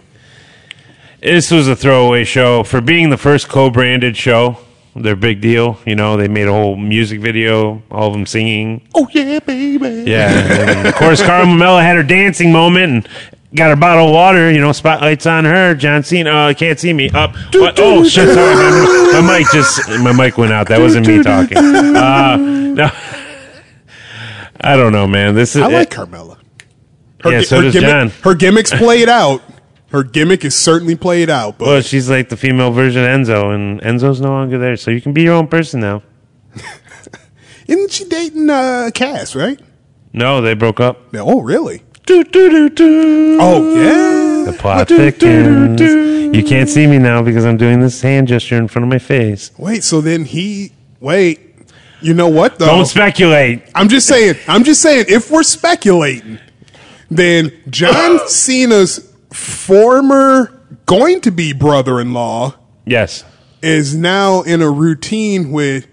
this was a throwaway show for being the first co-branded show. They're a big deal, you know. They made a whole music video, all of them singing.
Oh yeah, baby.
Yeah, and of course, Carmen Mella had her dancing moment and got her bottle of water. You know, spotlights on her. John Cena, oh, can't see me. Up. What? Oh shit! Sorry, my, my mic just my mic went out. That wasn't me talking. Uh, no, <laughs> I don't know, man. This is
I like Carmella. Her,
Yeah,
gi-
so
her
does
gimmick,
John.
Her
<laughs>
gimmick's played out. Her gimmick is certainly played out, but
Well, she's like the female version of Enzo, and Enzo's no longer there, so you can be your own person now.
isn't she dating uh, Cass, right?
No, they broke up.
No, oh, really?
Do do do do.
Oh,
Mm.
yeah.
The plot thickens. You can't see me now because I'm doing this hand gesture in front of my face.
Wait, so then he. Wait. You know what, though?
Oh.
Don't speculate.
I'm just saying. I'm just saying. If we're speculating, then John Cena's former going to be brother-in-law
Yes.
is now in a routine with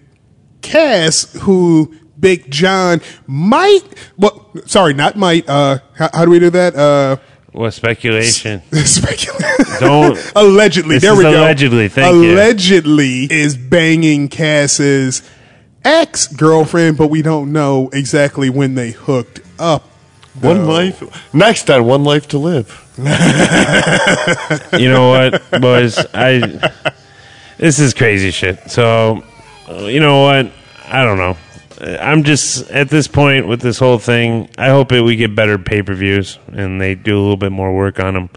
Cass, who Big John might. Well, sorry, not might. Uh, how, how do we do that? Uh,
Well, speculation.
<laughs> speculate.
Don't.
<laughs> allegedly,
This
there
is
we go.
allegedly, thank you.
allegedly is banging Cass's ex girlfriend, but we don't know exactly when they hooked up.
One life. Next on One Life to Live.
<laughs> You know <laughs> what, boys? I. This is crazy shit. So, uh, you know what? I don't know. Uh, I'm just at this point with this whole thing. I hope that we get better pay per views and they do a little bit more work on them.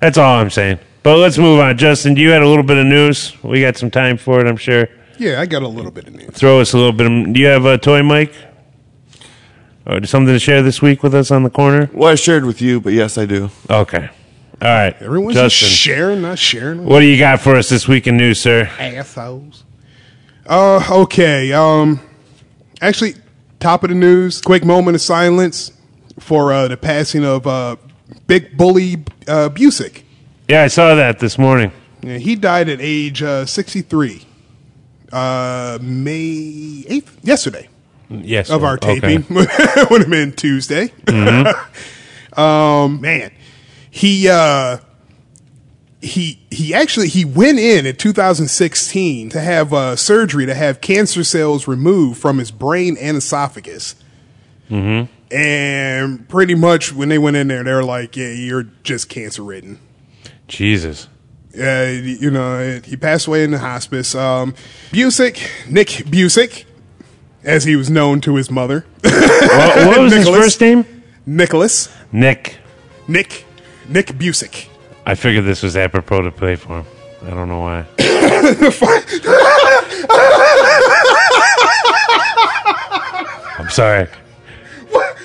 That's all I'm saying. But let's move on. Justin, you had a little bit of news. We got some time for it, I'm sure.
Yeah, I got a little bit of news.
throw us a little bit. Of, do you have a toy mic or something to share this week with us on the corner?
Well, I shared with you, but yes, I do.
Okay. All right.
Everyone's just
Justin,
sharing, not sharing.
what do you got for us this week in news, sir?
assholes. Uh, okay. Um, actually, top of the news. Quick moment of silence for uh, the passing of uh, Big Bully uh, Busick.
Yeah, I saw that this morning.
Yeah, he died at age uh, 63, uh, May 8th, yesterday
Yes.
of
sir.
our
Okay.
taping. <laughs> Would have been Tuesday. <laughs> um, man, he uh, he he actually he went in in 2016 to have uh, surgery to have cancer cells removed from his brain and esophagus. And pretty much when they went in there, they were like, "Yeah, you're just cancer ridden."
Jesus.
uh, you know, he passed away in the hospice. Um, Busick, Nick Busick, as he was known to his mother,
<laughs>
<laughs>
What, what was his
Nicholas.
first name?
Nicholas,
Nick.
Nick, Nick Busick.
I figured this was apropos to play for him. I don't know
<laughs>
why. I'm sorry.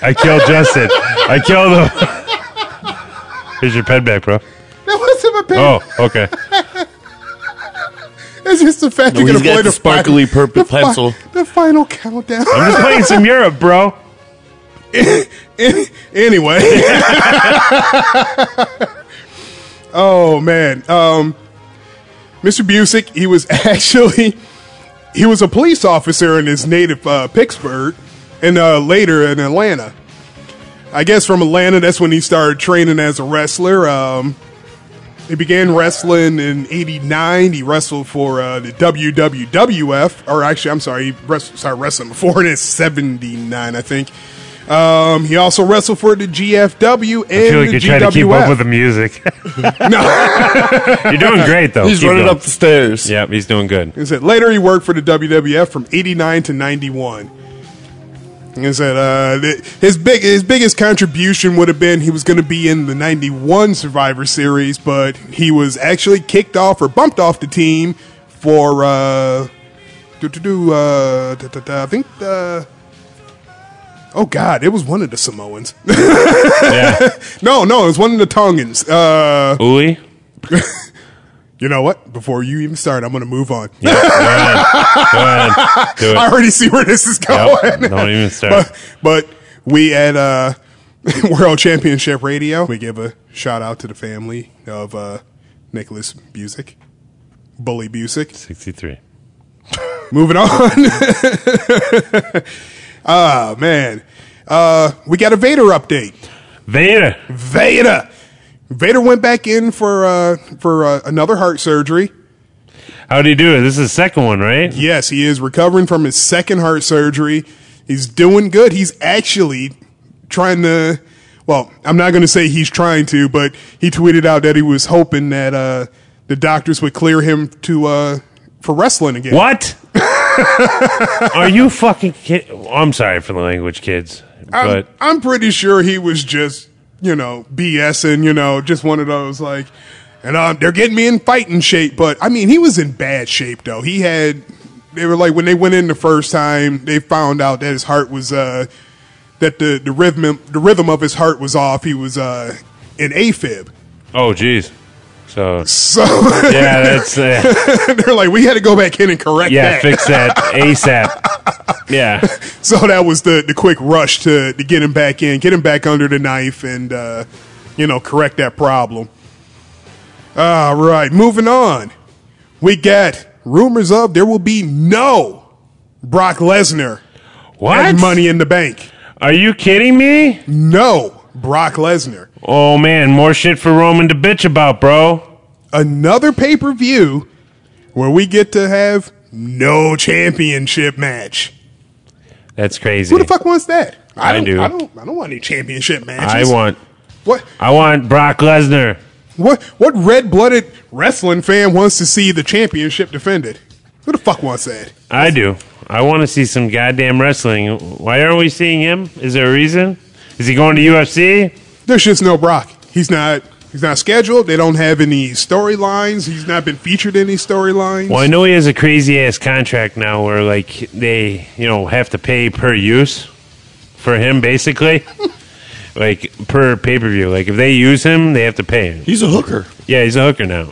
I killed Justin. I killed him. Here's your pen back, bro.
That wasn't my pen.
Oh, okay.
It's just the fact
Oh. No,
you can
he's got
avoid
the sparkly
fi- <laughs>
purple
the fi-
pencil.
the final countdown. <laughs>
I'm just playing some Europe, bro.
Any-
<laughs>
anyway. oh man. Um Mr. Busick, he was <laughs> actually he was a police officer in his native uh, Pittsburgh and uh, later in Atlanta. I guess from Atlanta that's when he started training as a wrestler. Um he began wrestling in 89. He wrestled for uh, the WWWF, or actually, I'm sorry, he wrestled, started wrestling before it in 79, I think. Um, he also wrestled for the GFW and
I feel like
the
you're
GWF.
trying to keep
<laughs>
up with the music. <laughs> you're doing great, though.
He's
Oh, Keep
running
going.
up the stairs.
Yep, he's doing good.
<laughs> He said later he worked for the WWF from '89 to '91. He said uh, th- his big his biggest contribution would have been he was going to be in the '91 Survivor Series, but he was actually kicked off or bumped off the team for uh, do do do uh, da, da, da, I think uh, oh god, it was one of the Samoans. <laughs>
Yeah.
no, no, it was one of the Tongans. Uh,
Uli?
you know what? Before you even start, I'm going to move on.
Yeah, go ahead. Go ahead. Do it.
<laughs> I already see where this is going.
Yep, don't even start.
But, <laughs> but we at uh, <laughs> World Championship Radio, we give a shout out to the family of uh, Nicholas Busick, Bully Busick.
63.
Moving on. <laughs> Ah, man. Uh, we got a Vader update.
Vader.
Vader. Vader went back in for uh, for uh, another heart surgery.
How'd he do it? This is the second one, right?
<laughs> Yes, he is recovering from his second heart surgery. He's doing good. He's actually trying to. Well, I'm not going to say he's trying to, but he tweeted out that he was hoping that uh, the doctors would clear him to uh, for wrestling again. <laughs>
What? Are you fucking kid? I'm sorry for the language, kids.
I'm,
But
I'm pretty sure he was just, you know, BSing, you know, just one of those like, and uh, they're getting me in fighting shape. But I mean, he was in bad shape though. He had, they were like, when they went in the first time, they found out that his heart was, uh, that the, the rhythm, the rhythm of his heart was off. He was, uh, in AFib.
oh, jeez. So
So
yeah,
<laughs>
that's uh,
<laughs> they're like, we had to go back in and correct
yeah.
that.
Fix that ASAP. Yeah.
so that was the the quick rush to to get him back in, get him back under the knife, and uh, you know correct that problem. All right, moving on. We got rumors of there will be no Brock Lesnar
What?
at Money in the Bank.
Are you kidding me?
No Brock Lesnar.
Oh man, more shit for Roman to bitch about, bro.
Another pay per view where we get to have no championship match.
That's crazy.
Who the fuck wants that?
I
don't,
do.
I don't. I don't want any championship
I
matches.
want,
what.
I want Brock Lesnar.
What what red blooded wrestling fan wants to see the championship defended? Who the fuck wants that?
I do. I want to see some goddamn wrestling. Why aren't we seeing him? Is there a reason? Is he going to UFC?
There's just no Brock. He's not he's not scheduled. They don't have any storylines. He's not been featured in any storylines.
Well, I know he has a crazy ass contract now, where like they, you know, have to pay per use for him, basically, <laughs> like per pay per view. Like if they use him, they have to pay him.
He's a hooker.
Yeah, he's a hooker now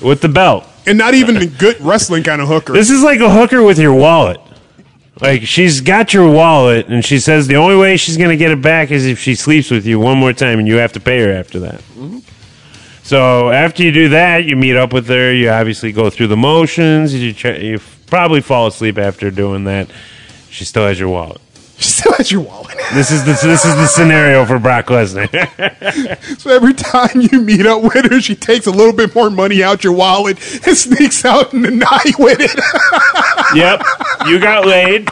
with the belt.
And not even a good wrestling kind of hooker. <laughs>
This is like a hooker with your wallet. Like she's got your wallet, and she says the only way she's gonna get it back is if she sleeps with you one more time, and you have to pay her after that. So after you do that, you meet up with her. You obviously go through the motions. You ch- you f- probably fall asleep after doing that. She still has your wallet.
She still has your wallet.
This is the this is the scenario for Brock Lesnar.
So every time you meet up with her, she takes a little bit more money out your wallet and <laughs> sneaks out in the night with it.
yep, you got laid.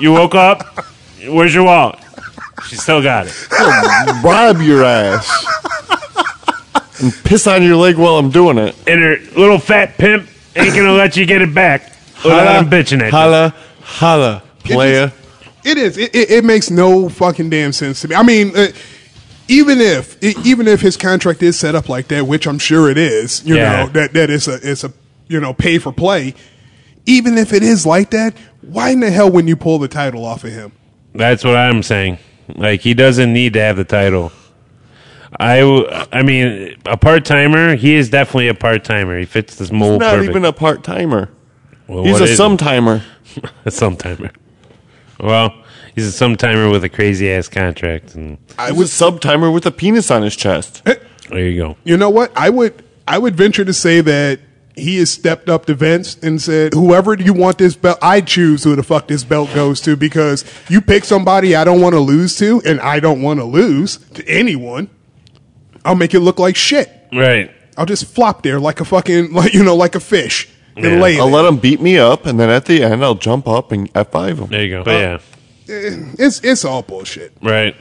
You woke up. Where's your wallet? She still got it.
He'll <laughs> rob your ass and piss on your leg while I'm doing it.
and her little fat pimp ain't gonna let you get it back without him bitching at you.
Holla, holla, player.
It is. It, it, it makes no fucking damn sense to me. I mean, uh, even if e- even if his contract is set up like that, which I'm sure it is, you
Yeah.
know that that is a it's a you know pay for play. Even if it is like that, why in the hell wouldn't you pull the title off of him?
That's what I'm saying. Like he doesn't need to have the title. I, w- I mean, a part timer. He is definitely a part timer. He fits this mold.
He's not
perfect.
even a part timer.
Well,
He's
what
a
is he?
some timer.
<laughs> a some timer. Well, he's a some timer with a crazy ass contract, and
I was sub timer with a penis on his chest.
there you go.
You know what? I would I would venture to say that he has stepped up to Vince and said, "Whoever you want this belt, I choose who the fuck this belt goes to because you pick somebody I don't want to lose to, and I don't want to lose to anyone. I'll make it look like shit.
Right.
I'll just flop there like a fucking like you know like a fish and
Yeah.
lay
I'll
it.
let him beat me up, and then at the end, I'll jump up and F5 him.
There you go. But yeah.
Eh, It's it's all bullshit.
Right.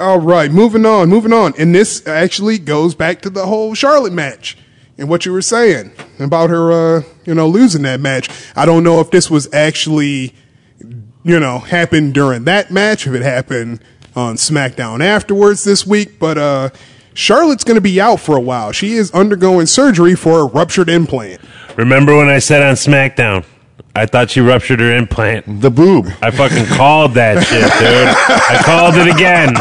All right, moving on, moving on. And this actually goes back to the whole Charlotte match and what you were saying about her, uh, you know, losing that match. I don't know if this was actually, you know, happened during that match, if it happened on SmackDown afterwards this week, but, uh, Charlotte's going to be out for a while. She is undergoing surgery for a ruptured implant.
Remember when I said on SmackDown, I thought she ruptured her implant.
The boob.
I fucking called that shit, dude. I called it again.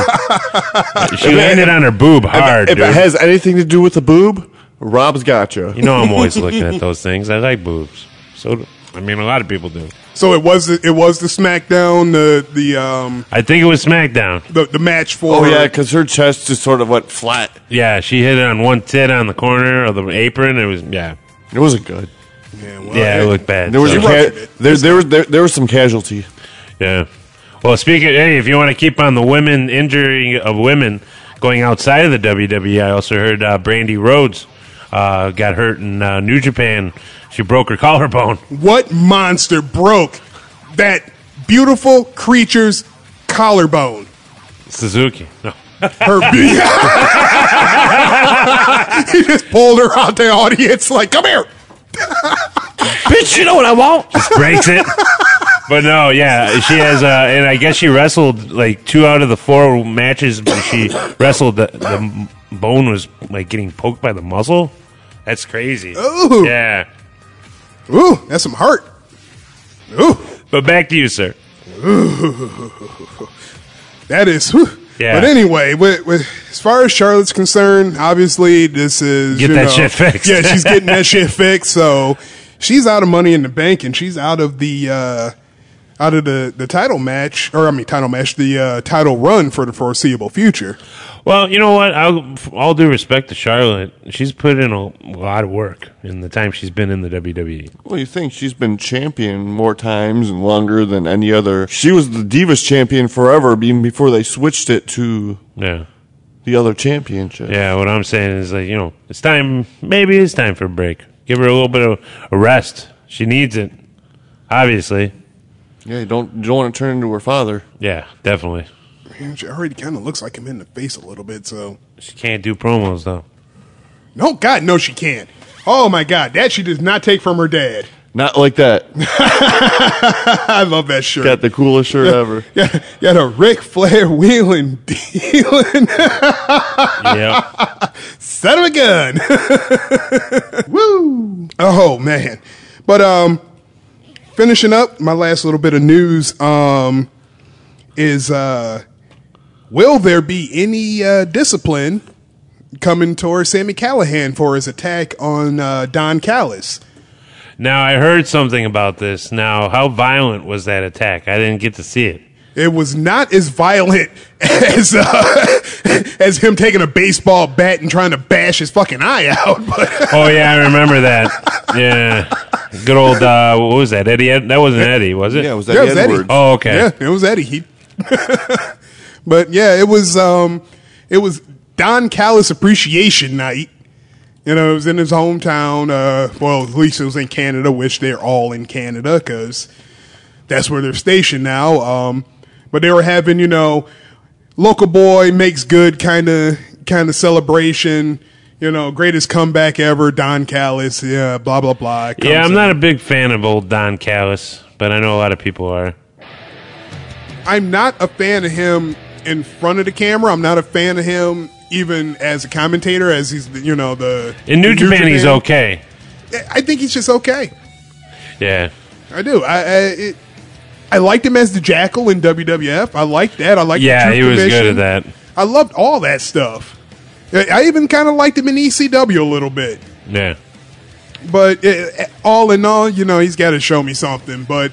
She landed on her boob hard,
if
dude.
it has anything to do with the boob, Rob's got you.
you know I'm always looking at those things. I like boobs. So do- I mean, a lot of people do.
So it was the, it was the SmackDown the the um
I think it was SmackDown.
the, the match for
Oh yeah, because her chest just sort of went flat.
Yeah, she hit it on one tit on the corner of the apron. It was yeah,
It wasn't good.
Yeah, well,
yeah, it
it-
looked bad.
There was
So,
a
She ruptured
ca-
it.
there, there was there, there was some casualty.
yeah. Well, speaking hey, if you want to keep on the women injury of women, Going outside of the WWE, I also heard uh, Brandy Rhodes uh, got hurt in uh, New Japan. She broke her <laughs> collarbone.
What monster broke that beautiful creature's collarbone?
Suzuki. No.
Her be- <laughs> He just pulled her out the audience like, come here.
Bitch, you know what I want? Just breaks it. But no, yeah, she has, uh, and I guess she wrestled like two out of the four matches. But she wrestled the, the bone was like getting poked by the muzzle. That's crazy.
Ooh.
Yeah.
Ooh, that's some heart. Ooh,
But back to you, sir.
that is. whew.
Yeah.
But anyway, with, with, as far as Charlotte's concerned, obviously this is
Get
you
that
know-
shit fixed.
Yeah, she's
<laughs>
getting that shit fixed. So she's out of money in the bank, and she's out of the uh, out of the, the title match, or I mean title match, the uh, title run for the foreseeable future.
Well, you know what? I'll, f- all due respect to Charlotte, she's put in a lot of work in the time she's been in the E. WWE.
Well, you think she's been champion more times and longer than any other. She was the Divas champion forever, even before they switched it to
Yeah.
the other championship.
Yeah, what I'm saying is like, you know, it's time maybe it's time for a break. Give her a little bit of a rest. She needs it. Obviously.
Yeah, you don't, you don't want to turn into her father.
Yeah, definitely.
Man, She already kind of looks like him in the face a little bit. So
She can't do promos though.
no, God, no, she can't. Oh my God, that she does not take from her dad. <laughs>
Not like that.
I love that shirt.
Got the coolest shirt ever.
<laughs> Yeah, yeah, the Ric Flair wheeling, <laughs> dealing,
yeah.
son of a gun. <laughs> Woo! Oh man, but um, finishing up my last little bit of news um is uh, will there be any uh, discipline coming towards Sammy Callahan for his attack on uh, Don Callis?
Now I heard something about this. Now, how violent was that attack? I didn't get to see it.
It was not as violent <laughs> as uh, <laughs> as him taking a baseball bat and trying to bash his fucking eye out. But <laughs>
Oh yeah, I remember that. Yeah. Good old uh what was that? Eddie Ed- that wasn't Eddie, was it?
Yeah, was
Yeah,
that
it was Eddie.
Edwards?
Oh, okay.
yeah, it was Eddie. He, <laughs> but yeah, it was um, it was Don Callis Appreciation Night. You know, it was in his hometown. Uh, well, at least it was in Canada, which they're all in Canada because that's where they're stationed now. Um, but they were having, you know, local boy makes good kind of kind of celebration. You know, greatest comeback ever, Don Callis. Yeah, blah blah blah. Comes
Yeah, I'm
in.
not a big fan of old Don Callis, but I know a lot of people are.
I'm not a fan of him in front of the camera. I'm not a fan of him even as a commentator, as he's you know the
In New, Japan, he's okay.
I think he's just okay.
Yeah.
I do. I I, it, I liked him as the Jackal in WWF. I liked that. I liked
Yeah,
the Truth
he was good at
Division.
that.
I loved all that stuff. I I even kind of liked him in ECW a little bit.
Yeah.
But eh, all in all, you know, he's got to show me something. But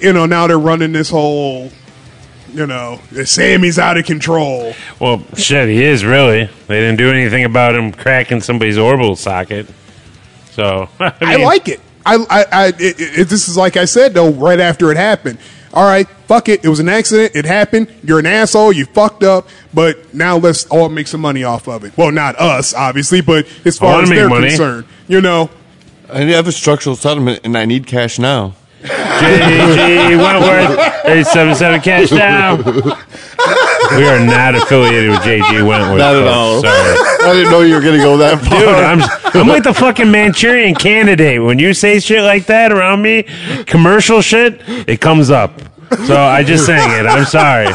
you know, now they're running this whole, you know, Sammy's out of control.
Well, shit, he is really. They didn't do anything about him cracking somebody's orbital socket. So <laughs> I,
I
mean,
like it. I, I, I it, it, it- this is like I said though, right after it happened. All right, fuck it. It was an accident. It happened. You're an asshole. You fucked up. But now let's all make some money off of it. Well, not us, obviously, but as
I
far
wanna
as
make
they're
money.
concerned, you know,
I have a structural settlement and I need cash now.
JG Wentworth, eight seven seven cash down. we are not affiliated with JG Wentworth.
Not at
folks.
all.
Sorry.
<laughs> I didn't know you were going to go that <laughs> far.
Dude, I'm, I'm like the fucking Manchurian candidate. When you say shit like that around me, commercial shit, it comes up. So I just sang it. I'm sorry.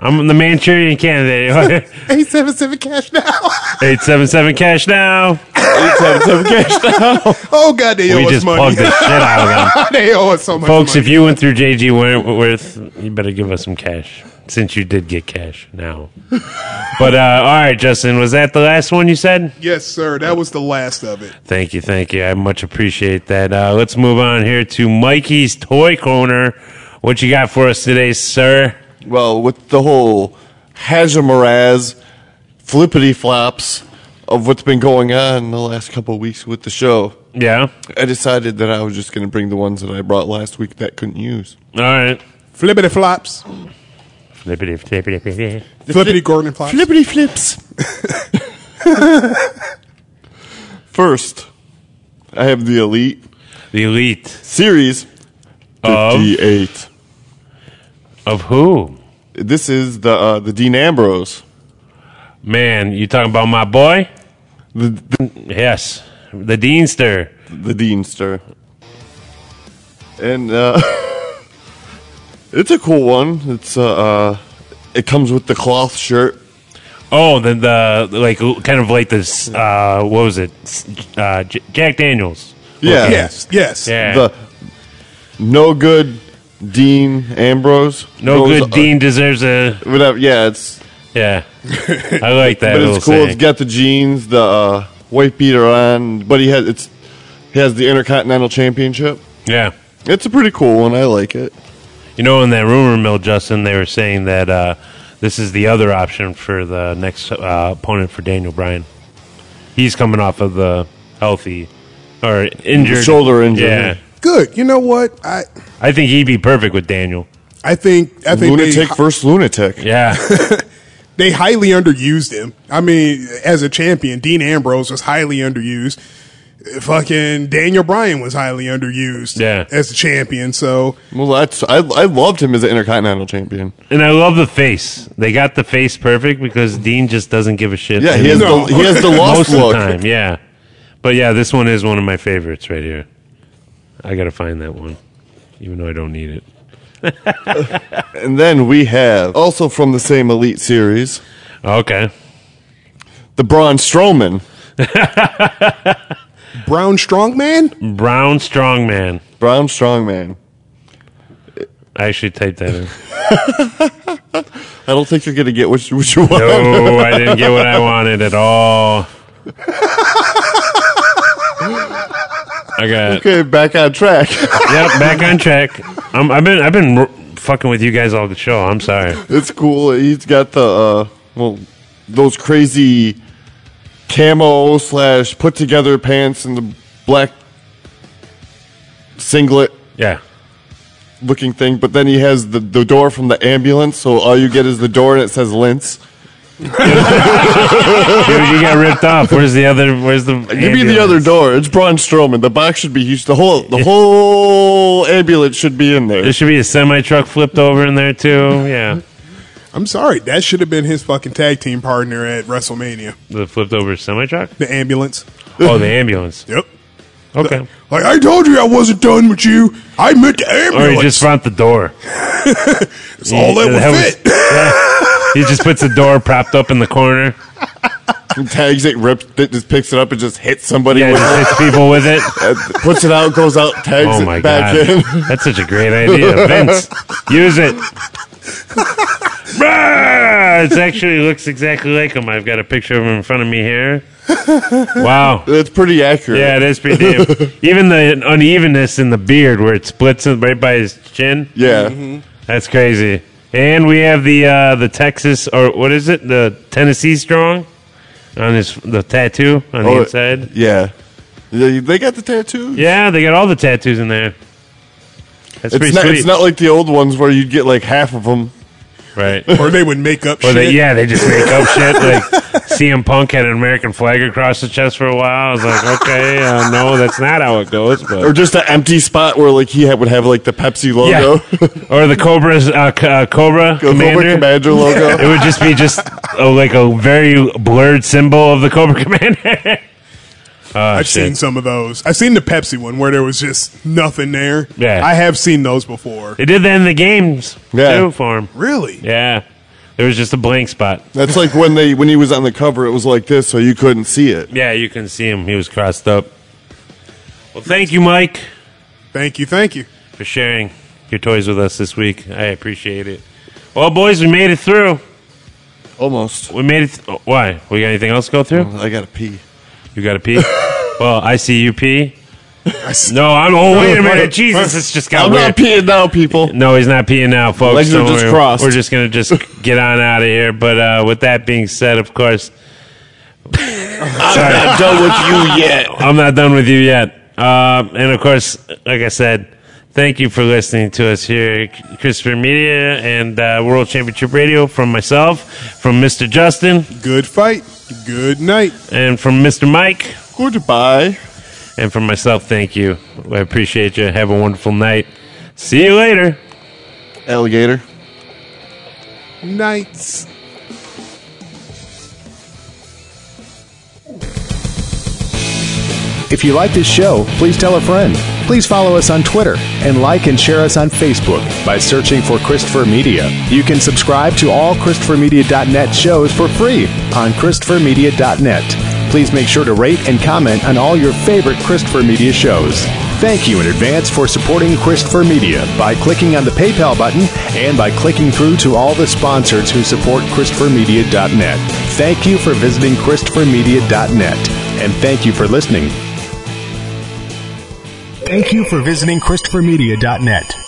I'm the Manchurian candidate. <laughs>
eight seven seven cash now.
877 cash now.
<laughs> oh god, they
We
owe us
just plugged
money.
the shit out
<laughs>
of them.
they owe us so much.
Folks,
money.
if you went through JG Wentworth, you better give us some cash since you did get cash
<laughs>
now. But, uh, all right, Justin, was that the last one you said?
yes, sir, that was the last of it.
Thank you, thank you. I much appreciate that. Uh, let's move on here to Mikey's Toy Corner. What you got for us today, sir?
Well, with the whole hazamoraz, flippity flops of what's been going on the last couple of weeks with the show,
Yeah.
I decided that I was just going to bring the ones that I brought last week that I couldn't use.
All right.
Flippity flops.
Flippity, flippity, flippity.
Flippity Gordon Fox.
Flippity flips. <laughs> First, I have the Elite
The elite
Series
Of?
58.
of who?
This is the uh, the Dean Ambrose.
Man, you talking about my boy?
The, the,
Yes, the Deanster.
the Deanster. And uh, <laughs> it's a cool one. It's uh, uh, It comes with the cloth shirt.
Oh, then the like kind of like this. Uh, what was it? Uh, J- Jack Daniels.
Yeah.
Yes, yes.
Yeah.
The no good Dean Ambrose.
no
goes-
good Dean deserves a
uh, Whatever. Yeah, it's
<laughs> yeah. I like that.
but
little
it's cool.
saying.
It's got the jeans, the uh, white beater on, but he has it's he has the Intercontinental Championship.
yeah.
It's a pretty cool one. I like it.
You know, in that rumor mill, Justin, they were saying that uh, this is the other option for the next uh, opponent for Daniel Bryan. He's coming off of the healthy or injured
shoulder injury.
Yeah,
Good. You know what? I
I think he'd be perfect with Daniel.
I think I think they,
lunatic versus lunatic.
Yeah, <laughs>
they highly underused him. I mean, as a champion, Dean Ambrose was highly underused. Fucking Daniel Bryan was highly underused
Yeah.
as a champion. So
Well, that's I, I loved him as an Intercontinental Champion.
and I love the face. They got the face perfect because Dean just doesn't give a shit.
Yeah, he has
No.
the he has the
most
lost
of the
look.
time. Yeah, but yeah, this one is one of my favorites right here. I gotta find that one, even though I don't need it.
And then we have also from the same Elite series,
Okay,
the Braun Strowman.
Brown Strongman,
Brown Strongman.
Braun Strongman.
I actually typed
<laughs>
that in.
I don't think you're gonna get what you, what you want.
No, I didn't get what I wanted at all. I got
<laughs> Okay, back on track. <laughs>
yep back on track. Um, I've been I've been r- fucking with you guys all the show. I'm sorry.
It's cool. He's got the uh, well, those crazy camo slash put together pants and the black singlet
Yeah,
looking thing. But then he has the, the door from the ambulance, so all you get is the door and it says Lince.
Dude, you got ripped off. Where's the other? Where's the?
Give me the other door. It's Braun Strowman. The box should be huge. The whole the whole ambulance should be in there.
There should be a semi truck flipped over in there too. Yeah,
I'm sorry, that should have been his fucking tag team partner at WrestleMania.
the flipped over semi truck.
The ambulance.
Oh, the ambulance.
Yep.
Okay,
Like I told you, I wasn't done with you. I meant the
or you
ambulance.
just front the door.
That's all that would
<laughs>
fit.
yeah. He just puts the door propped up in the corner.
And tags it, rips it, just picks it up and just hits somebody.
Yeah,
with it.
just hits people with
<laughs>
it.
Puts it out, goes out, tags
Oh my
it back
god,
in.
<laughs>
<laughs>
that's such a great idea, Vince. Use
<laughs>
it. it actually looks exactly like him. I've got a picture of him in front of me
<laughs>
here. Wow.
That's pretty accurate.
Yeah, it is pretty
<laughs>
damn. Even the unevenness in the beard, where it splits in- right by his chin.
Yeah.
Mm-hmm. That's crazy. And we have the uh, the Texas or what is it? The Tennessee Strong on his the tattoo on the
Oh,
inside.
Yeah. They, they got the tattoo.
Yeah, they got all the tattoos in there. That's
It's
pretty
not,
sweet.
it's not like the old ones where you'd get like half of them.
right.
or they would make up
Or
shit.
<laughs>
they, yeah, they just make up shit. Like CM Punk had an American flag across his chest for a while. I was like, okay, uh, no, that's not how it goes.
Or
But
just an empty spot where like he had, would have like the Pepsi
yeah,
logo.
or the Cobra's uh, c- uh, Cobra
<laughs> the Cobra
Commander. <laughs>
Commander
It
logo.
would just be just uh, like a very blurred symbol of the Cobra Commander. <laughs>
I've seen some of those. I've seen the Pepsi one where there was just nothing there.
Yeah.
I have seen those before.
they did that in the games
Yeah.
too for him.
Really?
Yeah, there was just a blank spot.
That's like when they when he was on the cover, it was like this, so you couldn't see it.
Yeah, you can see him. He was crossed up. Well, thank you, Mike.
Thank you, thank you.
for sharing your toys with us this week. I appreciate it. Well, boys, we made it through.
Almost.
We made it. Th- oh, why? We got anything else to go through?
I gotta pee.
You got to pee? well, I see you pee.
s-
No, I'm. Oh, wait a minute. Jesus, it's just got
I'm
weird.
not peeing now, people.
No, he's not peeing now, folks.
Legs are
Don't
just
worry.
crossed.
We're just gonna just get on out of here. But uh, with that being said, of course,
I'm not done with you yet.
I'm not done with you yet. Uh, and of course, like I said, Thank you for listening to us here, at Christopher Media and uh, World Championship Radio. From myself, from Mr. Justin,
Good fight. Good night.
and from Mr. Mike,
Goodbye.
and from myself, thank you. I appreciate you. Have a wonderful night. See you later.
Alligator.
Nights.
If you like this show, please tell a friend. Please follow us on Twitter and like and share us on Facebook by searching for Christopher Media. You can subscribe to all ChristopherMedia.net shows for free on ChristopherMedia.net. Please make sure to rate and comment on all your favorite Christopher Media shows. Thank you in advance for supporting Christopher Media by clicking on the PayPal button and by clicking through to all the sponsors who support ChristopherMedia.net. Thank you for visiting ChristopherMedia.net and thank you for listening. Thank you for visiting ChristopherMedia.net.